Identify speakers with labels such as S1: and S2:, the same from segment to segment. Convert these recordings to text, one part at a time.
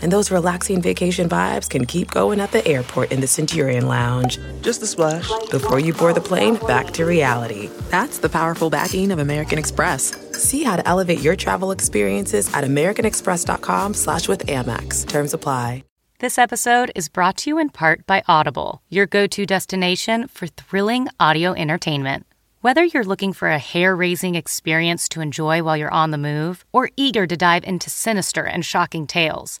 S1: And those relaxing vacation vibes can keep going at the airport in the Centurion Lounge.
S2: Just a splash.
S1: Before you board the plane, back to reality. That's the powerful backing of American Express. See how to elevate your travel experiences at americanexpress.com slash with Amex. Terms apply.
S3: This episode is brought to you in part by Audible, your go to destination for thrilling audio entertainment. Whether you're looking for a hair raising experience to enjoy while you're on the move or eager to dive into sinister and shocking tales,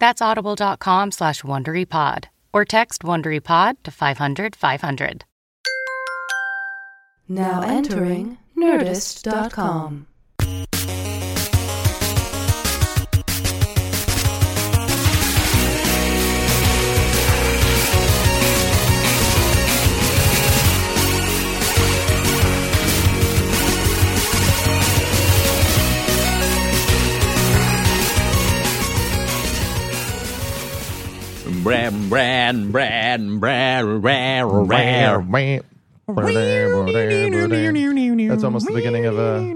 S3: That's audible.com slash WonderyPod or text WonderyPod to 500, 500.
S4: Now entering Nerdist.com.
S5: Bram, bram, bram, bram, bram, bram.
S6: That's almost the beginning of a.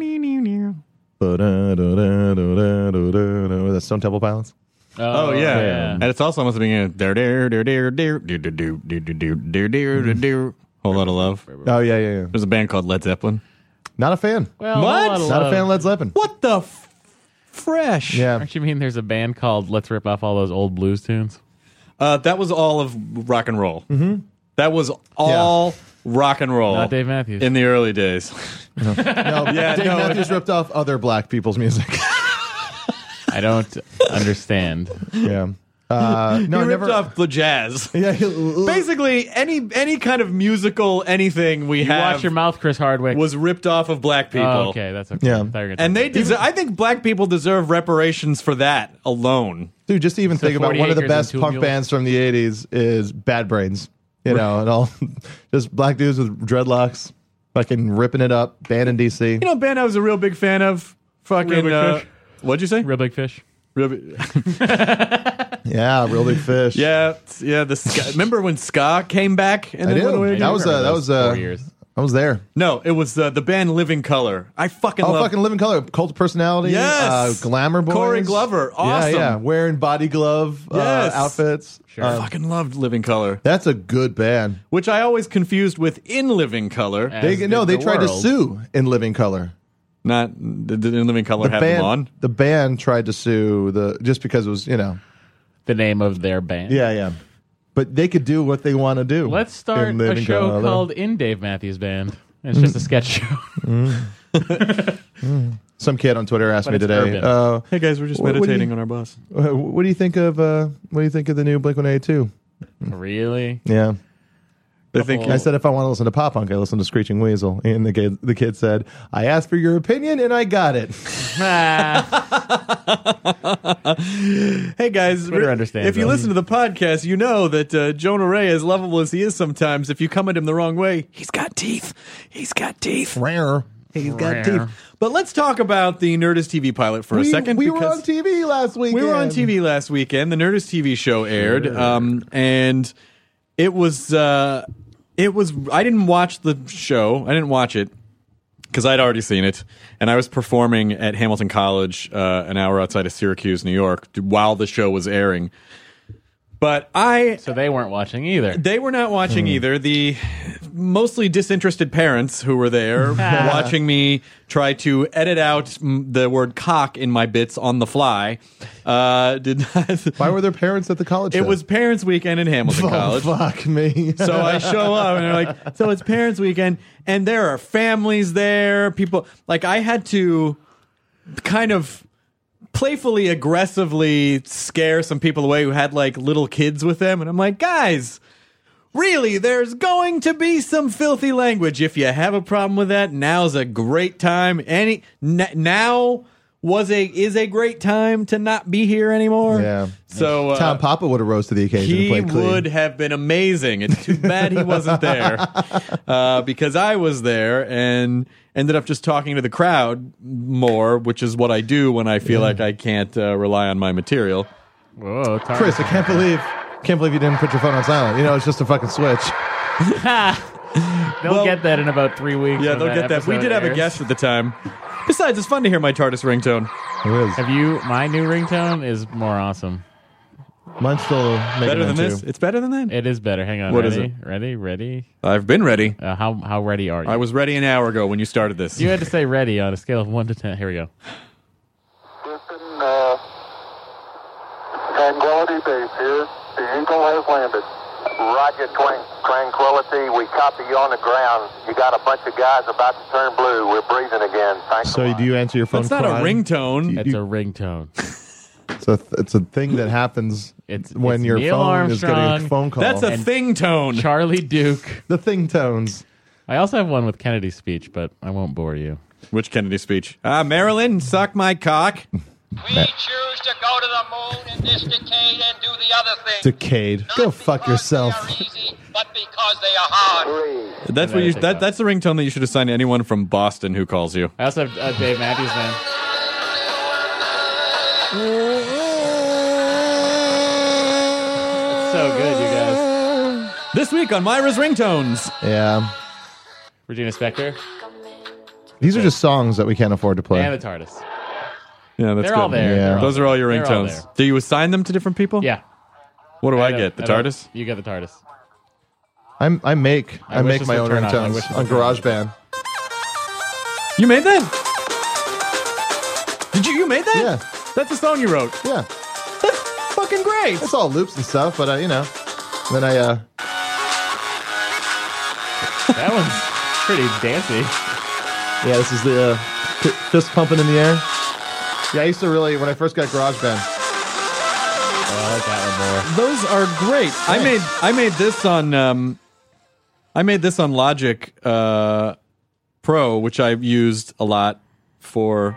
S6: That's Stone Temple Pilots.
S5: Oh, yeah.
S6: yeah.
S5: And it's also almost being there, there, there, there, there, there, there, there, there, there, there, there,
S6: Mm-hmm.
S5: there, there. Whole lot of love.
S6: Oh yeah, yeah, yeah.
S5: There's a band called Led Zeppelin.
S6: Not a fan.
S7: Well,
S5: What?
S7: A
S6: Not a fan. of Led Zeppelin.
S5: What the f- fresh?
S6: Yeah.
S7: Don't you mean there's a band called Let's Rip Off All Those Old Blues Tunes?
S5: Uh, that was all of rock and roll. Mm-hmm. That was all rock and roll.
S7: Not Dave Matthews.
S5: In the early days.
S6: No,
S5: Yeah,
S6: Dave
S5: no,
S6: Matthews ripped off other black people's music.
S7: I don't understand.
S6: yeah. Uh, no, I
S5: he ripped
S6: never.
S5: off the jazz.
S6: Yeah. he-
S5: Basically, any any kind of musical anything we have
S7: Watch your mouth, Chris Hardwick.
S5: was ripped off of black people.
S7: Oh, okay, that's okay.
S6: Yeah.
S7: I thought you were gonna
S5: And
S7: talk
S5: they deserve. I think black people deserve reparations for that alone.
S6: Dude, just to even think about
S7: 40
S6: one of the
S7: acres and
S6: best
S7: two
S6: punk
S7: mules.
S6: bands from the '80s is Bad Brains. You know, and all just black dudes with dreadlocks, fucking ripping it up. Band in DC.
S5: You know, a band I was a real big fan of. Fucking.
S7: Real Big
S5: uh,
S7: Fish.
S5: what'd you say?
S7: about- Real Big Fish.
S5: Real Big-
S6: Yeah, real big fish.
S5: yeah, it's- yeah. The ska. remember when ska came back? And
S6: I
S5: then
S6: do.
S5: went away?
S6: That was uh, that was uh,
S7: four years.
S6: I was there.
S5: No, it was uh, the band Living Color. I fucking
S6: Oh,
S5: love.
S6: fucking living color, cult of personality,
S5: Yes!
S6: uh, glamour boys,
S5: Corey Glover, awesome.
S6: yeah, yeah, wearing body glove uh,
S5: Yes.
S6: outfits. Sure.
S5: I fucking loved Living Color,
S6: that's a good band.
S5: which I always confused with In Living Color.
S7: As
S6: They, no,
S7: did
S6: they
S7: the
S6: tried to
S7: world.
S6: sue in Living Color.
S5: Not did did In Living Color
S6: The
S5: have them on?
S6: band, the band tried to sue the just because it was you know,
S7: The name of their band.
S6: yeah, yeah. But they could do what they want to do.
S7: Let's
S6: in
S7: start a
S6: Living
S7: show
S6: Colour.
S7: called In Dave Matthews Band. It's just a sketch show.
S6: Some kid on Twitter asked
S7: But
S6: me
S7: it's
S6: today.
S7: urban.
S6: Uh,
S5: Hey guys, we're just
S6: What- what do you-
S5: meditating on our boss.
S6: uh, what do you think of uh, what do you think of the new Blink One Eighty Two?
S7: really?
S6: Yeah.
S5: They think
S7: Couple-
S6: I said if I want to listen to pop punk, I listen to Screeching Weasel. And the kid, the kid said, "I asked for your opinion, and I got it."
S7: Ah,
S5: Hey guys,
S7: Twitter
S5: re-
S7: understands
S5: If you
S7: that.
S5: listen to the podcast, you know that uh, Jonah Ray, as lovable as he is sometimes, if you come at him the wrong way, he's got teeth. He's got teeth.
S6: Rare.
S5: He's got
S7: Rare.
S5: teeth. But let's talk about the Nerdist TV pilot for
S6: We,
S5: a second.
S6: we were
S5: because
S6: on TV last week.
S5: we were on TV last weekend. The Nerdist TV show aired, um, and it was uh, it was. I didn't watch the show. I didn't watch it because I'd already seen it, and I was performing at Hamilton College, uh, an hour outside of Syracuse, New York, while the show was airing. But I
S7: so they weren't watching either.
S5: they were not watching either. The mostly disinterested parents who were there watching me try to edit out mm, the word cock in my bits on the fly uh, did not.
S6: Why were there parents at the college?
S5: It
S6: show?
S5: was Parents Weekend in Hamilton
S6: Oh,
S5: College.
S6: fuck me.
S5: So I show up and they're like, so it's parents' weekend, and there are families there, people. Like I had to kind of playfully aggressively scare some people away who had like little kids with them and I'm like, "Guys, really, there's going to be some filthy language. If you have a problem with that, now's a great time. Any n- now was a is a great time to not be here anymore.
S6: Yeah.
S5: So uh,
S6: Tom Papa would have rose to the occasion and
S5: he
S6: played clean.
S5: would have been amazing. It's too bad he wasn't there uh, because I was there and ended up just talking to the crowd more, which is what I do when I feel like I can't uh, rely on my material.
S7: Whoa, Tom.
S6: Chris, I can't believe can't believe you didn't put your phone on silent. You know, it's just a fucking switch.
S7: they'll
S5: well-
S7: get that in about three weeks.
S5: Yeah,
S7: when
S5: they'll get that. We
S7: episode
S5: did have a
S7: airs.
S5: guest at the time. Besides, it's fun to hear my TARDIS ringtone.
S6: It is.
S7: Have you? My new ringtone is more awesome.
S6: Mine's still making
S5: Better than
S6: that,
S5: this?
S6: too.
S5: It's better than that?
S7: It is better. Hang on.
S5: What is
S7: ready? Ready? Ready?
S5: I've been ready.
S7: Uh, how how ready are you?
S5: I was ready an hour ago when you started this.
S7: You had to say ready on a scale of one to ten. Here we go.
S2: Houston, uh, Tranquility Base here. The Eagle has landed. Roger, Tran- Tranquility. We copy you on the ground. You got a bunch of guys about to turn blue. We're breathing again. Thanks. a
S6: So
S2: lot.
S6: do you answer your phone?
S5: That's not a
S6: crying?
S5: ringtone.
S7: It's a ringtone.
S5: Oh,
S6: It's a, it's a thing that happens
S7: It's-
S6: when
S7: it's
S6: your
S7: Neil
S6: phone is getting
S7: Armstrong.
S6: a phone call.
S5: That's a thing tone.
S7: Charlie Duke.
S6: the thing tones.
S7: I also have one with Kennedy's speech, but I won't bore you.
S5: Which Kennedy speech? Ah, Marilyn, suck my cock.
S8: We choose to go to the moon in this decade and do the other thing.
S6: Decayed.
S8: Not
S6: Go fuck
S8: because
S6: yourself.
S8: They are easy, but because they are hard.
S2: Three.
S5: That's what
S7: I
S5: you.
S7: take
S5: That,
S7: that.
S5: that's the ringtone that you should assign to anyone from Boston who calls you.
S7: I also have uh, Dave Matthews Band. It's so good, you guys.
S5: This week on Myra's ringtones.
S6: Yeah.
S7: Regina Spektor
S6: These are just songs that we can't afford to
S7: and
S6: play.
S7: the TARDIS.
S5: Yeah, that's
S7: They're
S5: good.
S7: all there.
S6: Yeah.
S7: They're all
S5: Those are all your
S7: They're all
S5: ringtones.
S7: there.
S5: Do you assign them to different people?
S7: Yeah.
S5: What do I,
S7: don't-
S5: get? The
S7: don't-
S5: TARDIS.
S7: You get the TARDIS.
S6: I'm, I make I,
S7: I wish
S6: make
S7: this
S6: my
S7: would
S6: own
S7: turn on. I wish
S6: ringtones
S7: this
S6: on
S7: would turn on.
S6: GarageBand.
S5: You made that? Did you? You made that?
S6: Yeah.
S5: That's a song you wrote.
S6: Yeah,
S5: Fucking great.
S6: it's all loops and stuff, but uh, you know, then I uh,
S7: That one's pretty dancy.
S6: yeah, this is the uh, fi- fist pumping in the air. Yeah, I used to really when I first got GarageBand.
S7: Oh, I like that one more.
S5: Those are great. I made I made this on um, I made this on Logic uh, Pro, which I've used a lot for.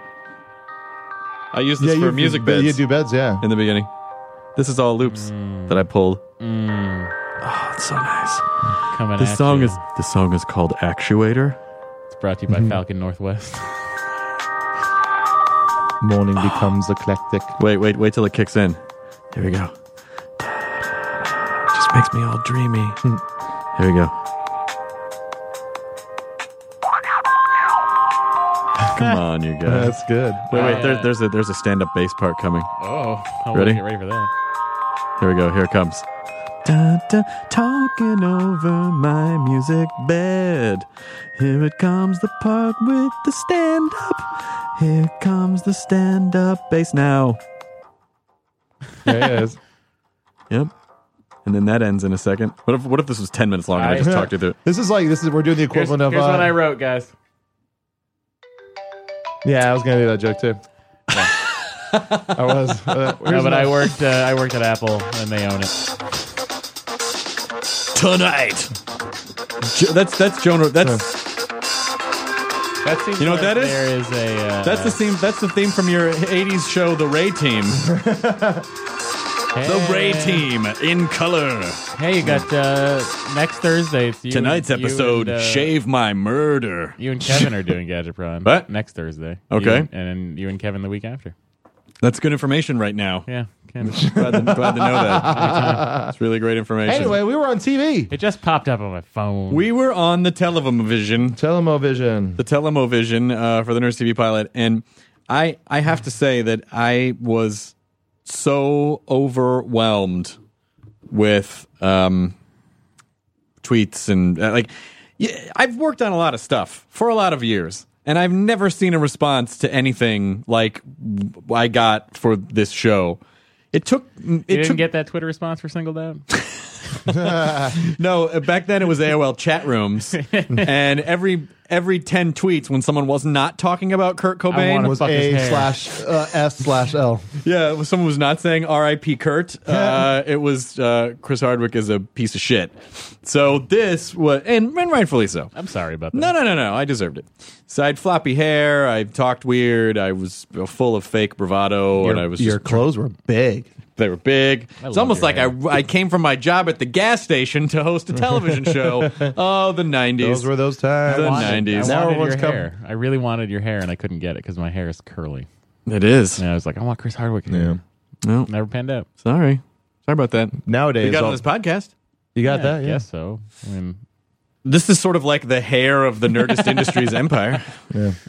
S5: I use this
S6: yeah,
S5: for
S6: you-
S5: music
S6: you,
S5: beds
S6: You do beds, yeah.
S5: in the beginning. This is all loops that I pulled. Oh, it's so nice.
S7: Coming
S5: This
S7: at
S5: song
S7: you.
S5: is Mm-hmm. this song is called Actuator.
S7: It's brought to you by Falcon Northwest.
S6: Morning becomes eclectic.
S5: Wait, wait, wait till it kicks in. Here we go. Just makes me all dreamy. Here we go. Come on, you guys.
S6: That's good.
S5: Wait, wait. There, there's a there's a stand up bass part coming.
S7: Oh, I
S5: Ready?
S7: ready? Get ready for that.
S5: Here we go. Here it comes. Dun, dun, talking over my music bed. Here it comes the part with the stand up. Here comes the stand up bass now.
S6: There it is.
S5: Yep. And then that ends in a second. What if what if this was ten minutes long and I just
S7: I-
S5: talked you through it?
S6: This is like this is we're doing the
S7: Here's,
S6: equivalent
S7: here's
S6: of. uh,
S7: what I wrote, guys.
S6: Yeah, I was gonna do that joke too. I was. Uh,
S7: No,
S6: here's
S7: but I
S6: another-
S7: worked. Uh, I worked at Apple, and they own it.
S5: Tonight. Jo- that's that's Joan. Ro- That's
S7: That seems.
S5: You know what
S7: like
S5: that is?
S7: There is a. Uh,
S5: that's the theme. That's the theme from your '80s show, The Ray Team. The Ray Team in color.
S7: Hey, you got uh, next Thursday. It's you
S5: Tonight's
S7: and- you
S5: episode:
S7: and, uh,
S5: Shave My Murder.
S7: You and Kevin are doing Gadget Prawn.
S5: What?
S7: Next Thursday.
S5: Okay.
S7: You and, and then you and Kevin the week after.
S5: That's good information right now.
S7: Yeah. Kind of.
S5: Glad, to, glad to know that. it's really great information.
S6: Anyway, we were on TV.
S7: it just popped up on my phone.
S5: we were on the Television.
S6: Telemovision.
S5: the Telemovision uh, for the Nurse TV pilot, and I I have to say that I was so overwhelmed with um, tweets and uh, like yeah, I've worked on a lot of stuff for a lot of years, and I've never seen a response to anything like w- I got for this show. It took it
S7: you didn't
S5: took
S7: get that Twitter response for singled out.
S5: no, uh, back then it was AOL chat rooms, and every every 10 tweets when someone was not talking about Kurt Cobain
S7: wanna
S6: was
S7: fuck his
S6: A
S7: hair.
S6: slash uh, S slash L.
S5: Yeah, it was- someone was not saying R.I.P. Kurt. Uh, it was uh, Chris Hardwick is a piece of shit. So this was, and, and rightfully so.
S7: I'm sorry about that.
S5: No, no, no, no. I deserved it. So I had floppy hair. I talked weird. I was full of fake bravado, and I was
S6: your
S5: just
S6: clothes were big.
S5: they were big.
S7: love
S5: It's almost
S7: your
S5: like I,
S7: hair.
S5: I came from my job at the gas station to host a television show. Oh, the nineties.
S6: Those were those times.
S5: The
S7: I
S5: 90s.
S7: wanted- I
S6: Now
S7: wanted
S6: everyone's
S7: your
S6: come-
S7: hair. I really wanted your hair, and I couldn't get it because my hair is curly.
S5: it is.
S7: And I was like, I want Chris Hardwick. Hair.
S5: No.
S7: Never panned out.
S5: Sorry. Sorry about that.
S6: Nowadays,
S5: We got
S6: all-
S5: on this podcast.
S6: you got
S7: I
S6: that?
S7: guess so. I mean,
S5: This is sort of like the hair of the Nerdist Industries empire.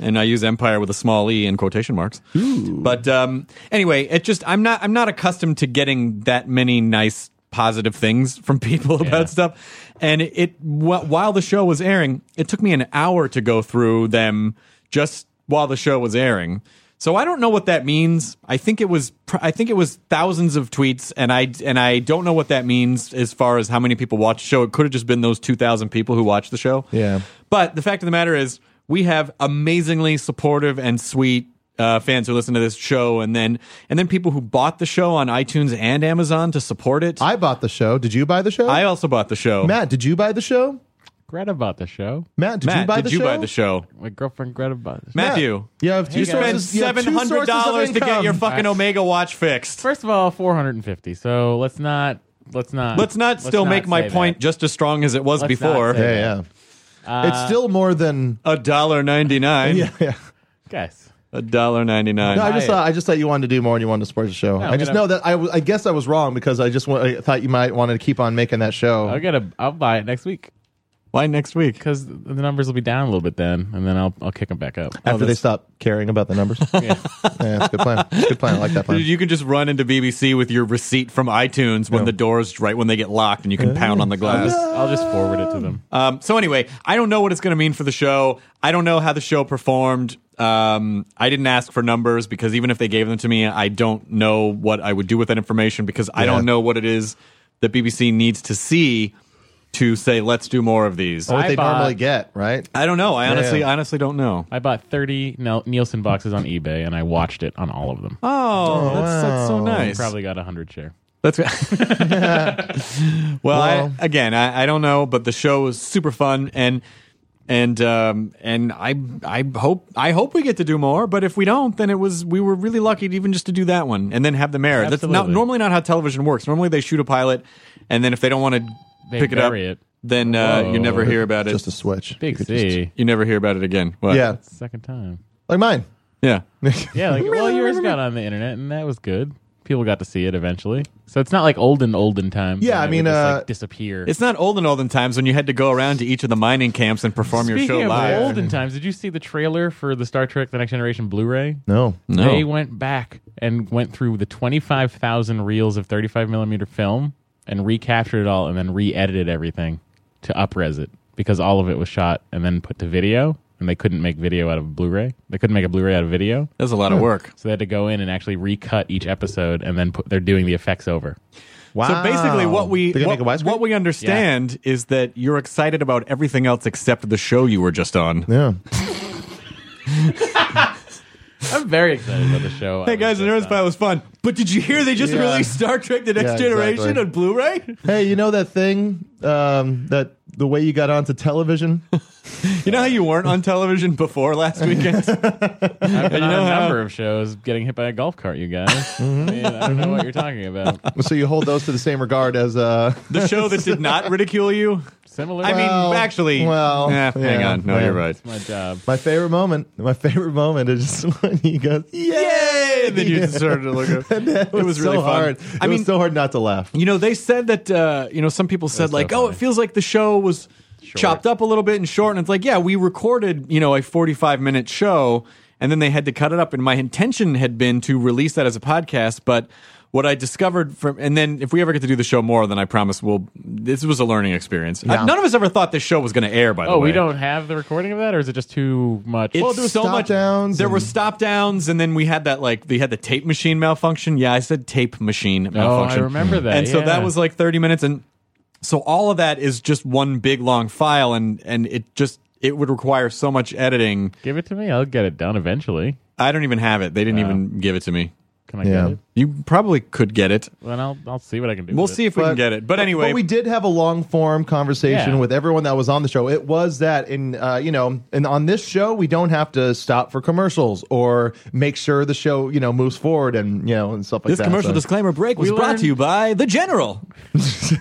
S5: And I use empire with a small e in quotation marks. But um, anyway, it just I'm not I'm not accustomed to getting that many nice positive things from people
S7: Yeah.
S5: about stuff. And it wh- while the show was airing, it took me an hour to go through them just while the show was airing. So I don't know what that means. I think it was pr- I think it was thousands of tweets, and I and I don't know what that means as far as how many people watch the show. It could have just been those two thousand people who watched the show.
S6: Yeah.
S5: But the fact of the matter is, we have amazingly supportive and sweet uh, fans who listen to this show, and then and then people who bought the show on iTunes and Amazon to support it.
S6: I bought the show. Did you buy the show?
S5: I also bought the show.
S6: Matt, did you buy the show?
S7: Greta bought the show.
S6: Matt, did
S5: Matt,
S6: you buy
S5: did
S6: the
S5: you
S6: show?
S5: buy the show?
S7: My girlfriend Greta bought the show.
S5: Matthew,
S6: You have two
S5: you spent
S6: sources. you have two
S5: seven hundred dollars
S6: sources
S5: to
S6: of
S5: get your
S6: income.
S5: fucking Omega watch fixed.
S7: First of all, 450. So let's not. Let's not.
S5: Let's not still make my
S7: say that.
S5: point just as strong as it was
S7: Let's
S5: before.
S7: not say-
S6: Yeah, yeah.
S5: Uh,
S6: it's still more than.
S5: A dollar ninety nine.
S6: Yeah, yeah.
S7: Guys.
S5: A dollar ninety nine.
S6: No, I just
S7: buy it.
S6: thought I just thought you wanted to do more and you wanted to support the show.
S7: No,
S6: I just
S7: I'm
S6: know
S7: gonna-
S6: that I, w- I guess I was wrong because I just wa- I thought you might want to keep on making that show.
S7: I'll get a. I'll buy it next week
S5: Why next week?
S7: because the numbers will be down a little bit then, and then I'll I'll kick them back up.
S5: Oh,
S6: After they stop caring about the numbers. yeah. that's a good plan. It's a good plan. I like that plan.
S5: You can just run into BBC with your receipt from iTunes when the doors right when they get locked, and you can pound on the glass.
S7: I'll just forward it to them.
S5: Um, so anyway, I don't know what it's going to mean for the show. I don't know how the show performed. Um, I didn't ask for numbers because even if they gave them to me, I don't know what I would do with that information because I
S6: Yeah.
S5: don't know what it is that BBC needs to see to say let's do more of these.
S6: Or what
S7: I
S6: they
S7: bought-
S6: normally get, right?
S5: I don't know. I honestly,
S6: yeah.
S5: honestly don't know.
S7: I bought 30 Nel- Nielsen boxes on eBay, and I watched it on all of them.
S5: Oh, that's, that's so nice.
S7: Probably got a hundred share.
S5: That's well.
S6: Well-
S5: I, again, I, I don't know, but the show was super fun, and and um, and I I hope I hope we get to do more. But if we don't, then it was we were really lucky to even just to do that one, and then have the merit. That's not
S7: Absolutely.
S5: normally not how television works. Normally they shoot a pilot, and then if they don't want to
S7: They
S5: pick it up,
S7: bury it.
S5: then uh, you
S7: Whoa.
S5: never hear about it.
S6: Just a switch.
S7: Big
S6: You could
S7: C.
S6: just-
S5: you never hear about it again. What?
S6: yeah,
S7: Second time.
S6: like mine.
S5: yeah.
S7: Yeah, like well, yours got on the internet, and that was good. People got to see it eventually, so it's not like olden olden times.
S6: Yeah,
S7: when
S6: I
S7: it would
S6: mean,
S7: just, like,
S6: uh,
S7: disappear.
S5: It's not olden olden times when you had to go around to each of the mining camps and perform your
S7: Speaking
S5: show
S7: of
S5: live.
S7: olden times, did you see the trailer for the Star Trek: The Next Generation Blu-ray?
S6: No.
S5: No.
S7: They went back and went through the twenty-five thousand reels of thirty-five millimeter film and recaptured it all, and then re-edited everything to upres it because all of it was shot and then put to video, and they couldn't make video out of Blu-ray. They couldn't make a Blu-ray out of video.
S5: That's a lot of work.
S7: So they had to go in and actually recut each episode, and then put, they're doing the effects over.
S6: Wow.
S5: So basically, what we
S6: They're gonna
S5: what,
S6: make a widescreen?
S5: what we understand is that you're excited about everything else except the show you were just on.
S6: yeah.
S7: I'm very excited about the show.
S5: Hey guys, the Nerds Pile was fun, but did you hear they just
S6: Yeah.
S5: released Star Trek: The Next
S6: Yeah,
S5: Generation
S6: exactly.
S5: on Blu-ray?
S6: Hey, you know that thing um, that the way you got onto television?
S5: You know how you weren't on television before last weekend?
S7: I've been on
S5: know
S7: a
S5: how-
S7: number of shows getting hit by a golf cart, you guys.
S5: Mm-hmm.
S7: I, mean, I don't know what you're talking about.
S6: so you hold those to the same regard as uh,
S5: the show that did not ridicule you.
S7: Similar.
S5: I mean,
S6: Well,
S5: actually,
S6: well,
S5: eh, hang
S6: yeah,
S5: on. No,
S6: yeah.
S5: you're right.
S7: my job.
S6: my favorite moment. My favorite moment is just when he goes,
S5: Yay! And then you
S6: Yeah.
S5: just started to look. At, it, was
S6: so
S5: really fun.
S6: hard.
S5: I
S6: it
S5: mean,
S6: was so hard not to laugh.
S5: You know, they said that, uh, you know, some people said,
S7: so
S5: like, oh, it
S7: funny.
S5: feels like the show was chopped up a little bit and short. And it's like, yeah, we recorded, you know, a 45 minute show and then they had to cut it up. And my intention had been to release that as a podcast. But what I discovered from, and then if we ever get to do the show more, then I promise we'll, this was a learning experience. I- none of us ever thought this show was going to air, by the
S7: Oh,
S5: way.
S7: we don't have the recording of that, or is it just too much?
S5: It's
S6: Well, there was
S5: so
S6: stop
S5: much.
S6: downs
S5: there
S6: and-
S5: were stop downs, and then we had that like we had the tape machine malfunction. Yeah, I said tape machine malfunction.
S7: Oh, remember that,
S5: And so that
S7: yeah.
S5: was like thirty minutes, and so all of that is just one big long file, and and it just it would require so much editing.
S7: Give it to me. I'll get it done eventually.
S5: I don't even have it. They didn't even give it to me.
S7: Can I
S6: Yeah.
S7: get it?
S5: You probably could get it.
S7: Then I'll I'll see what I can do.
S5: We'll
S7: with it.
S5: see if we can get it. But anyway,
S6: we did have a long form conversation
S7: Yeah.
S6: with everyone that was on the show. It was that in uh, you know, and on this show we don't have to stop for commercials or make sure the show you know moves forward and you know and stuff like
S5: this
S6: that.
S5: commercial
S6: So-
S5: disclaimer break was
S7: We
S5: brought
S7: learned-
S5: to you by the General.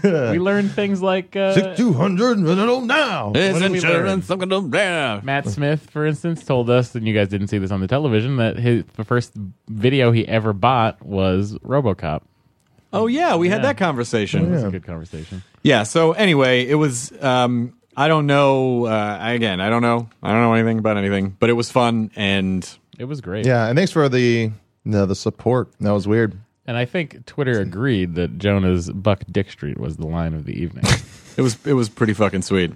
S7: We learned things like uh,
S6: 6200 and it'll now.
S5: His
S7: did we
S5: insurance, I'm gonna- yeah.
S7: Matt Smith, for instance, told us, and you guys didn't see this on the television, that his the first video he ever bought was RoboCop.
S5: Oh yeah, we had
S7: Yeah.
S5: that conversation.
S7: It was
S5: Oh, yeah.
S7: a good conversation.
S5: So anyway, it was. Um, I don't know. Uh, again, I don't know. I don't know anything about anything. But it was fun, and
S7: It was great.
S6: Yeah, and thanks for the no, the support. That was weird.
S7: And I think Twitter agreed that Jonah's Buck Dick Street was the line of the evening.
S5: it was it was pretty fucking sweet.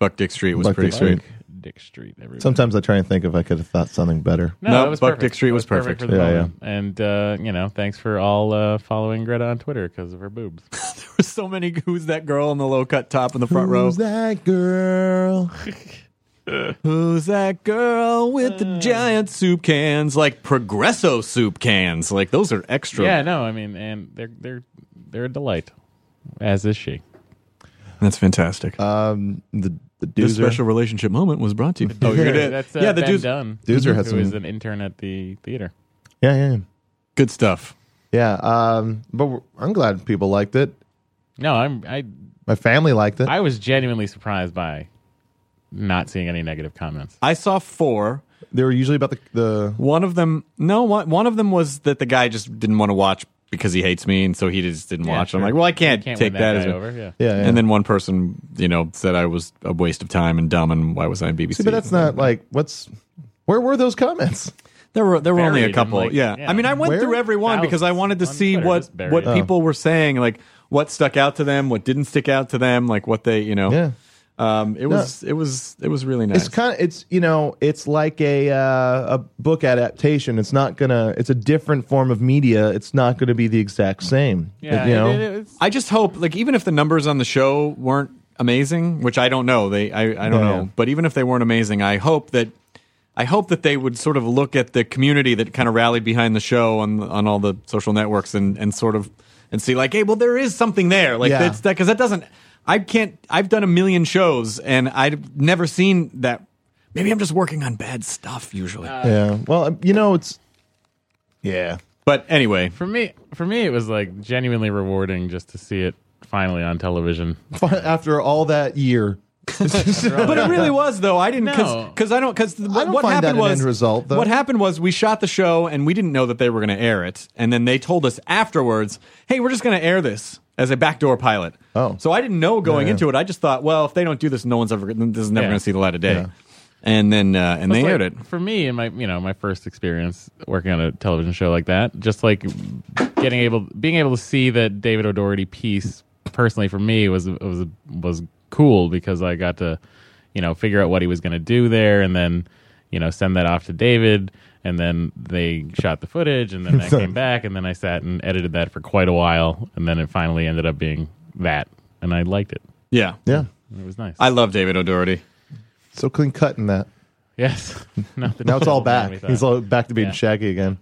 S5: Buck Dick Street was
S6: Buck
S5: pretty
S6: Dick
S5: sweet.
S6: Street.
S7: Buck Dick Street, everybody.
S6: Sometimes I try and think if I could have thought something better.
S7: no,
S5: No,
S7: that was
S5: Buck
S7: perfect.
S5: Dick Street
S7: That
S5: was perfect.
S7: for the
S6: Yeah,
S7: moment. And, uh, you know, thanks for all uh, following Greta on Twitter because of her boobs.
S5: There was so many. Who's that girl in the low cut top in the front row?
S6: Who's that girl?
S5: Who's that girl with
S7: Uh.
S5: the giant soup cans? Like Progresso soup cans. Like those are extra.
S7: Yeah, no, I mean, and they're, they're, they're a delight, as is she.
S5: that's fantastic.
S7: Uh,
S6: Um, the the
S5: this
S6: doozer.
S5: special relationship moment was brought to you. Oh, you're gonna-
S7: That's uh,
S5: yeah, the
S7: Ben
S5: dudes.
S7: Dunn,
S6: Doozer has
S7: who is
S6: some-
S7: an intern at the theater.
S6: Yeah, yeah,
S5: Good stuff.
S6: yeah. Um, but we're- I'm glad people liked it.
S7: No, I'm I
S6: My family liked it.
S7: I was genuinely surprised by not seeing any negative comments.
S5: I saw four.
S6: they were usually about the the
S5: One of them, no, one, one of them was that the guy just didn't want to watch because he hates me, and so he just didn't
S7: Yeah,
S5: watch. I'm
S7: sure.
S5: like, well, I can't,
S7: Can't
S5: take
S7: win that,
S5: that, as
S7: guy
S5: a-
S7: over. Yeah.
S6: yeah. yeah.
S5: And then one person, you know, said I was a waste of time and dumb, and why was I on BBC?
S6: See, but that's not like what's where were those comments?
S5: There were there were only a
S7: Buried in,
S5: couple.
S7: like,
S5: yeah.
S7: yeah.
S5: I mean, I went
S6: Where? Oh.
S5: through every one because I
S7: Thousands
S5: wanted to
S7: on
S5: see
S7: Twitter,
S5: what
S7: just buried
S5: what
S7: it.
S5: people were saying, like what stuck out to them, what didn't stick out to them, like what they, you know.
S6: Yeah.
S5: Um, it was it was it was really nice.
S6: It's kind of it's you know it's like a uh, a book adaptation. It's not gonna. It's a different form of media. It's not gonna be the exact same.
S7: Yeah,
S6: you know.
S7: it- it- it's-
S5: I just hope, like, even if the numbers on the show weren't amazing, which I don't know, they, I, I don't
S6: Yeah,
S5: know,
S6: yeah.
S5: but even if they weren't amazing, I hope that, I hope that they would sort of look at the community that kind of rallied behind the show on on all the social networks and and sort of and see like, hey, well, there is something there, like
S6: Yeah.
S5: that's that because that doesn't, I can't, I've done a million shows and I've never seen that. Maybe I'm just working on bad stuff usually,
S7: uh,
S6: yeah. Well, um, you know it's. Yeah.
S5: but anyway,
S7: for me for me it was like genuinely rewarding just to see it finally on television.
S6: After all that year,
S5: but it really was though. I didn't
S7: No.
S5: because I don't because
S6: I don't
S5: what
S6: find that
S5: happened
S6: an
S5: was
S6: end result, though.
S5: what happened was we shot the show and we didn't know that they were going to air it, and then they told us afterwards, hey, we're just going to air this as a backdoor pilot.
S6: Oh.
S5: so I didn't know going
S6: Yeah, yeah.
S5: into it. I just thought, well, if they don't do this, no one's ever this is never
S7: Yeah.
S5: going to see the light of day. And then uh, and they
S7: It's like,
S5: aired it.
S7: For me and my you know, my first experience working on a television show like that, just like getting able being able to see that David O'Doherty piece personally for me was was was cool because I got to, you know, figure out what he was gonna do there and then, you know, send that off to David and then they shot the footage and then that came back and then I sat and edited that for quite a while and then it finally ended up being that and I liked it.
S5: Yeah,
S6: yeah.
S7: It was nice.
S5: I love David O'Doherty.
S6: So clean cut in that.
S7: yes. no, the
S6: Now it's all
S7: total man
S6: back.
S7: we thought.
S6: He's all back to being
S7: Yeah.
S6: Shaggy again.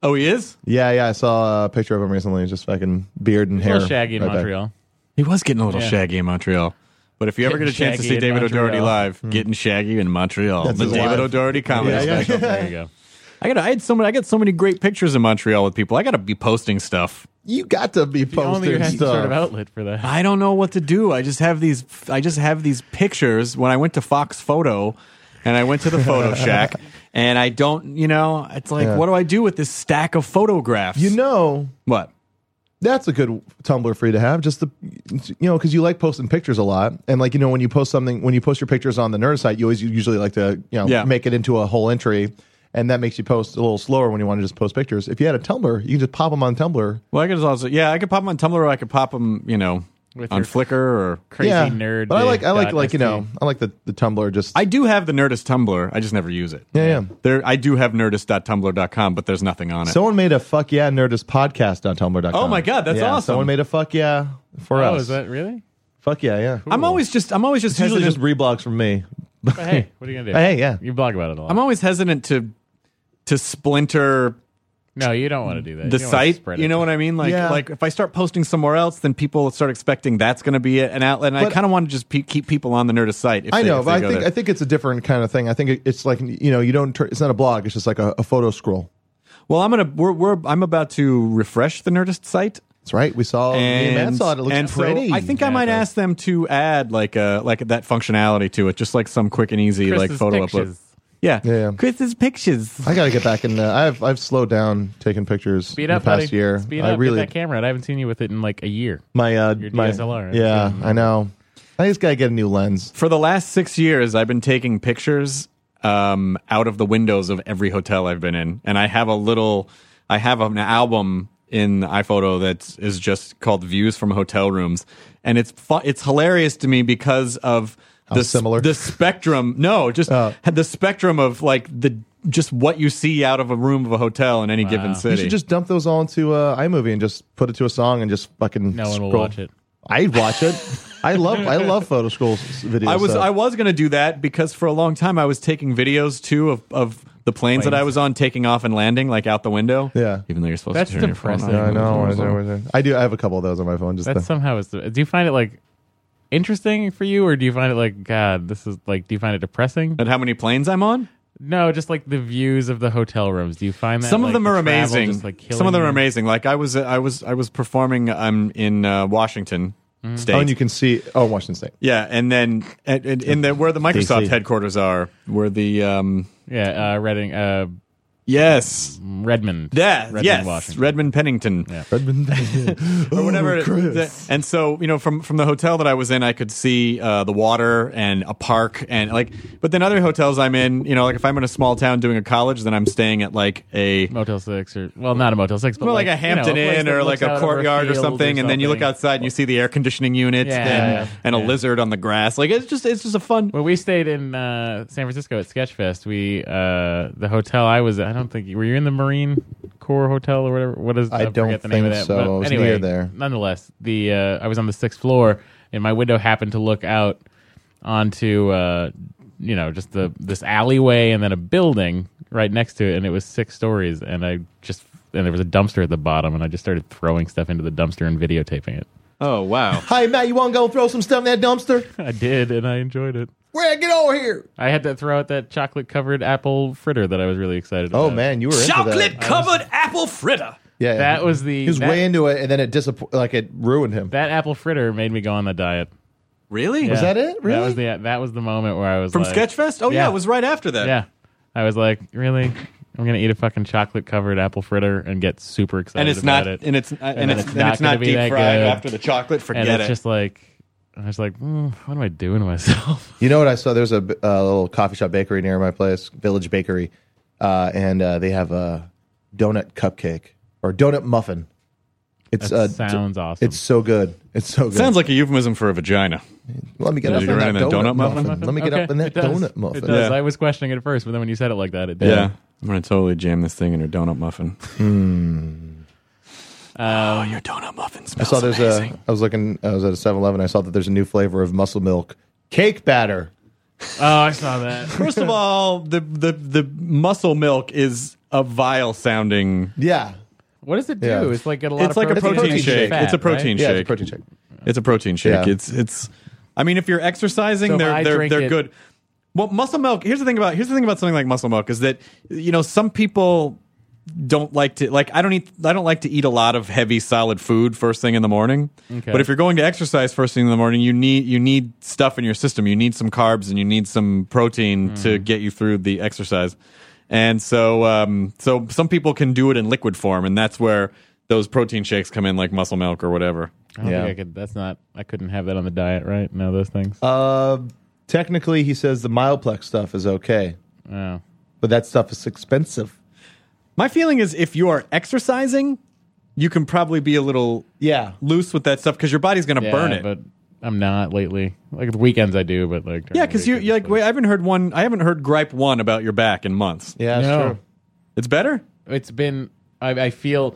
S5: Oh, he is.
S6: Yeah, yeah. I saw a picture of him recently. Just fucking beard and
S7: He's a
S6: hair.
S7: little shaggy in
S6: right back.
S7: Montreal.
S5: He was getting a little
S7: Yeah.
S5: shaggy in Montreal. But if you ever get
S7: Getting
S5: a chance to
S7: shaggy
S5: see
S7: in
S5: David O'Doherty
S7: Montreal.
S5: live, getting shaggy in Montreal,
S6: Hmm. That's
S5: the
S6: his
S5: David
S6: life.
S5: O'Doherty comedy
S6: Yeah, yeah.
S5: special.
S7: oh, There you go.
S5: I got. I had so many. I got so many great pictures in Montreal with people. I got to be posting stuff.
S6: You got to be
S7: Only you
S6: posting
S7: had some
S6: stuff.
S7: sort of outlet for that.
S5: I don't know what to do. I just have these. I just have these pictures. When I went to Fox Photo, and I went to the photo shack, and I don't. You know, it's like,
S6: Yeah.
S5: what do I do with this stack of photographs?
S6: you know,
S5: what?
S6: that's a good Tumblr for you to have. Just the, you know, because you like posting pictures a lot, and like you know, when you post something, when you post your pictures on the nerd site, you always usually like to you know
S5: Yeah.
S6: make it into a whole entry, and that makes you post a little slower when you want to just post pictures. If you had a Tumblr, you could just pop them on Tumblr.
S5: Well, I could also. Yeah, I could pop them on Tumblr. or I could pop them. You know,
S7: With
S5: on
S7: your-
S5: Flickr or.
S7: Crazy
S6: yeah,
S7: nerd.
S6: But I like I like
S7: dot
S6: like you
S7: ST.
S6: know I like the the Tumblr just
S5: I do have the Nerdist Tumblr. I just never use it.
S6: yeah yeah.
S5: There, I do have nerdist.tumblr.com, but there's nothing on it.
S6: Someone made a fuck yeah nerdist podcast on Tumblr.com.
S5: Oh my God, that's
S6: Yeah,
S5: awesome.
S6: Someone made a fuck yeah for
S7: Oh,
S6: us.
S7: is that really?
S6: fuck yeah, yeah.
S5: I'm always just. I'm alys just
S6: It's usually
S5: hesitant-
S6: just reblogs from me.
S7: But hey, what are you gonna do?
S6: Hey, yeah.
S7: you blog about it a lot.
S5: I'm always hesitant to to splinter
S7: no, you don't want to do that.
S5: the
S7: you don't wanna
S5: site.
S7: spread
S5: You
S7: it.
S5: know what I mean? Like,
S6: Yeah.
S5: like if I start posting somewhere else, then people start expecting that's going to be an outlet. And I
S6: But-
S5: kind of want to just pe- keep people on the Nerdist site. If
S6: I
S5: they-
S6: know,
S5: if
S6: but
S5: they
S6: I
S5: go
S6: think
S5: there.
S6: I think it's a different kind of thing. I think it- it's like you know, you don't. Turn, it's not a blog. It's just like a, a photo scroll.
S5: well, I'm gonna we're, we're I'm about to refresh the Nerdist site,
S6: That's right. We saw. Oh, me and
S5: and,
S6: Matt saw it. It looks
S5: and so
S6: pretty.
S5: I think I
S7: Yeah, it
S5: might
S7: does.
S5: ask them to add like a like that functionality to it, just like some quick and easy
S7: Chris's
S5: like photo upload.
S7: pictures.
S5: Yeah.
S6: Yeah.
S5: Chris's pictures.
S6: I got to get back in. Uh, I've I've slowed down taking pictures
S7: Speed
S6: in
S7: up,
S6: the past
S7: buddy.
S6: year.
S7: Speed
S6: I
S7: up.
S6: really
S7: Get that camera. out. I haven't seen you with it in like a year.
S6: my uh
S7: Your
S6: my
S7: DSLR, that's
S6: Yeah,
S7: good.
S6: I know. I just gotta get a new lens.
S5: For the last six years, I've been taking pictures um, out of the windows of every hotel I've been in, and I have a little, I have an album in iPhoto that is just called "Views from Hotel Rooms," and it's fu- it's hilarious to me because of the s-
S6: similar.
S5: the spectrum. No, just
S6: Oh.
S5: had the spectrum of like the just what you see out of a room of a hotel in any given
S6: You
S5: city.
S6: should just dump those all into uh, iMovie and just put it to a song and just fucking.
S7: No one will
S6: scroll.
S7: watch it.
S6: I'd watch it. I love I love photo scrolls videos.
S5: I was
S6: so-
S5: I was gonna do that because for a long time I was taking videos too of, of the planes, that I
S7: Planes.
S5: was on taking off and landing like out the window.
S6: Yeah.
S5: even though you're supposed
S7: That's
S5: to turn your phone
S7: depressing.
S5: on.
S6: I know. I, know, I know. I do. I have a couple of those on my phone. Just
S7: That
S6: the-
S7: somehow is. Do you find it like interesting for you, or do you find it like God? This is like. Do you find it depressing?
S5: And how many planes I'm on?
S7: No, just like the views of the hotel rooms. Do you find that
S5: Some
S7: like,
S5: of them
S7: the
S5: are
S7: travel
S5: amazing.
S7: just, like,
S5: Some of them
S7: killing
S5: are
S7: you?
S5: amazing. Like I was uh, I was I was performing um in uh, Washington
S7: Mm-hmm.
S5: State.
S6: oh, and you can see. Oh, Washington State.
S5: yeah, and then and, and, in the where the Microsoft
S6: DC.
S5: headquarters are, where the um
S7: Yeah, uh, Reading, uh,
S5: yes.
S7: Redmond.
S5: Yeah,
S7: Redmond,
S5: yes,
S7: Washington.
S5: Redmond Pennington.
S6: Redmond.
S5: or whatever.
S6: Ooh, Oh, Chris.
S5: and so you know, from from the hotel that I was in, I could see uh, the water and a park and like. But then other hotels I'm in, you know, like if I'm in a small town doing a college, then I'm staying at like a
S7: Motel Six, or well, not a Motel Six, but
S5: well, like, a
S7: you know,
S5: Hampton
S7: place
S5: Inn
S7: that
S5: or
S7: looks
S5: like a
S7: out over
S5: courtyard or
S7: field
S5: something, and then you look
S7: something.
S5: outside and you see the air conditioning units
S7: Yeah,
S5: and,
S7: yeah,
S5: and a
S7: yeah.
S5: lizard on the grass. Like it's just it's just a fun.
S7: When we stayed in uh, San Francisco at Sketchfest, we uh, the hotel I was at, I don't think were you in the Marine Corps Hotel or whatever. What is
S6: I
S7: forget
S6: don't
S7: the name of
S6: think
S7: that.
S6: so.
S7: But
S6: I was
S7: anyway,
S6: near there.
S7: Nonetheless, the uh, I was on the sixth floor, and my window happened to look out onto uh, you know just the this alleyway and then a building right next to it, and it was six stories, and I just and there was a dumpster at the bottom, and I just started throwing stuff into the dumpster and videotaping it.
S5: Oh wow!
S6: Hi, Matt. You want to go throw some stuff in that dumpster?
S7: I did, and I enjoyed it.
S6: Brad, get over here.
S7: I had to throw out that chocolate covered apple fritter that I was really excited
S6: Oh
S7: about.
S6: man, you were into
S5: Chocolate
S6: that.
S5: covered apple fritter.
S6: Yeah,
S7: That was the
S6: He was
S7: that,
S6: way into it, and then it disappointed. Like it ruined him.
S7: that apple fritter made me go on the diet.
S5: Really?
S6: Was that it? Really?
S7: That was the that was the moment where I was
S5: from
S7: like,
S5: Sketchfest? Oh yeah.
S7: Yeah.
S5: it was right after that.
S7: Yeah, I was like, really, I'm gonna eat a fucking chocolate covered apple fritter and get super excited.
S5: And it's not,
S7: about it.
S5: and it's, uh, and,
S7: then
S5: it's, and it's
S7: gonna
S5: not
S7: be
S5: deep
S7: that
S5: fried
S7: good.
S5: after the chocolate. Forget
S7: and it's
S5: it.
S7: just like I was like, mm, what am I doing to myself?
S6: You know what I saw? There's a b- uh, little coffee shop bakery near my place, Village Bakery, uh, and uh, they have a donut cupcake or donut muffin. It's
S7: That
S6: uh, d-
S7: sounds awesome.
S6: It's so good. It's so good.
S5: Sounds like a euphemism for a vagina.
S6: Let me get
S5: Did
S6: up
S5: you
S6: in
S5: write
S6: that
S5: in that
S6: donut,
S5: donut muffin?
S6: muffin. Let me get
S7: Okay,
S6: up in that
S7: it does.
S6: donut muffin.
S7: It does.
S5: Yeah.
S7: I was questioning it at first, but then when you said it like that, it did.
S5: Yeah. I'm going to totally jam this thing in her donut muffin.
S7: Uh,
S5: oh, your donut muffin
S6: I
S5: smells
S6: saw there's
S5: amazing.
S6: a. I was looking. I was at a 7-Eleven. I saw that there's a new flavor of muscle milk cake batter.
S7: Oh, I saw that.
S5: First of all, the, the, the muscle milk is a vile sounding.
S6: Yeah,
S7: What does it do?
S6: Yeah.
S7: It's like a lot
S5: It's
S7: of
S5: like a
S7: protein,
S5: protein,
S7: and
S5: shake.
S7: fat,
S5: it's a
S7: right?
S5: protein
S6: yeah,
S5: shake.
S6: it's a protein shake.
S5: It's a protein shake.
S6: Yeah.
S5: It's it's. I mean, if you're exercising,
S7: So if
S5: they're
S7: I
S5: they're
S7: drink
S5: they're
S7: it-
S5: good. Well, muscle milk. Here's the thing about here's the thing about something like muscle milk is that you know some people don't like to like I don't eat I don't like to eat a lot of heavy solid food first thing in the morning.
S7: Okay.
S5: But if you're going to exercise first thing in the morning, you need you need stuff in your system. You need some carbs and you need some protein
S7: Hmm.
S5: to get you through the exercise. And so um, so some people can do it in liquid form, and that's where those protein shakes come in, like muscle milk or whatever.
S7: I don't
S6: Yeah.
S7: think I could. That's not. I couldn't have that on the diet, right? No, those things.
S6: Uh, technically, he says the Mileplex stuff is okay,
S7: oh.
S6: but that stuff is expensive.
S5: My feeling is if you are exercising, you can probably be a little
S6: Yeah,
S5: loose with that stuff because your body's going to
S7: Yeah,
S5: burn it.
S7: But I'm not lately. Like the weekends, I do, but like during
S5: yeah,
S7: the
S5: because you
S7: week,
S5: you
S7: I
S5: like
S7: just,
S5: wait, I haven't heard one. I haven't heard gripe one about your back in months.
S6: yeah, that's
S7: No.
S6: true.
S5: It's better.
S7: it's been. I, I feel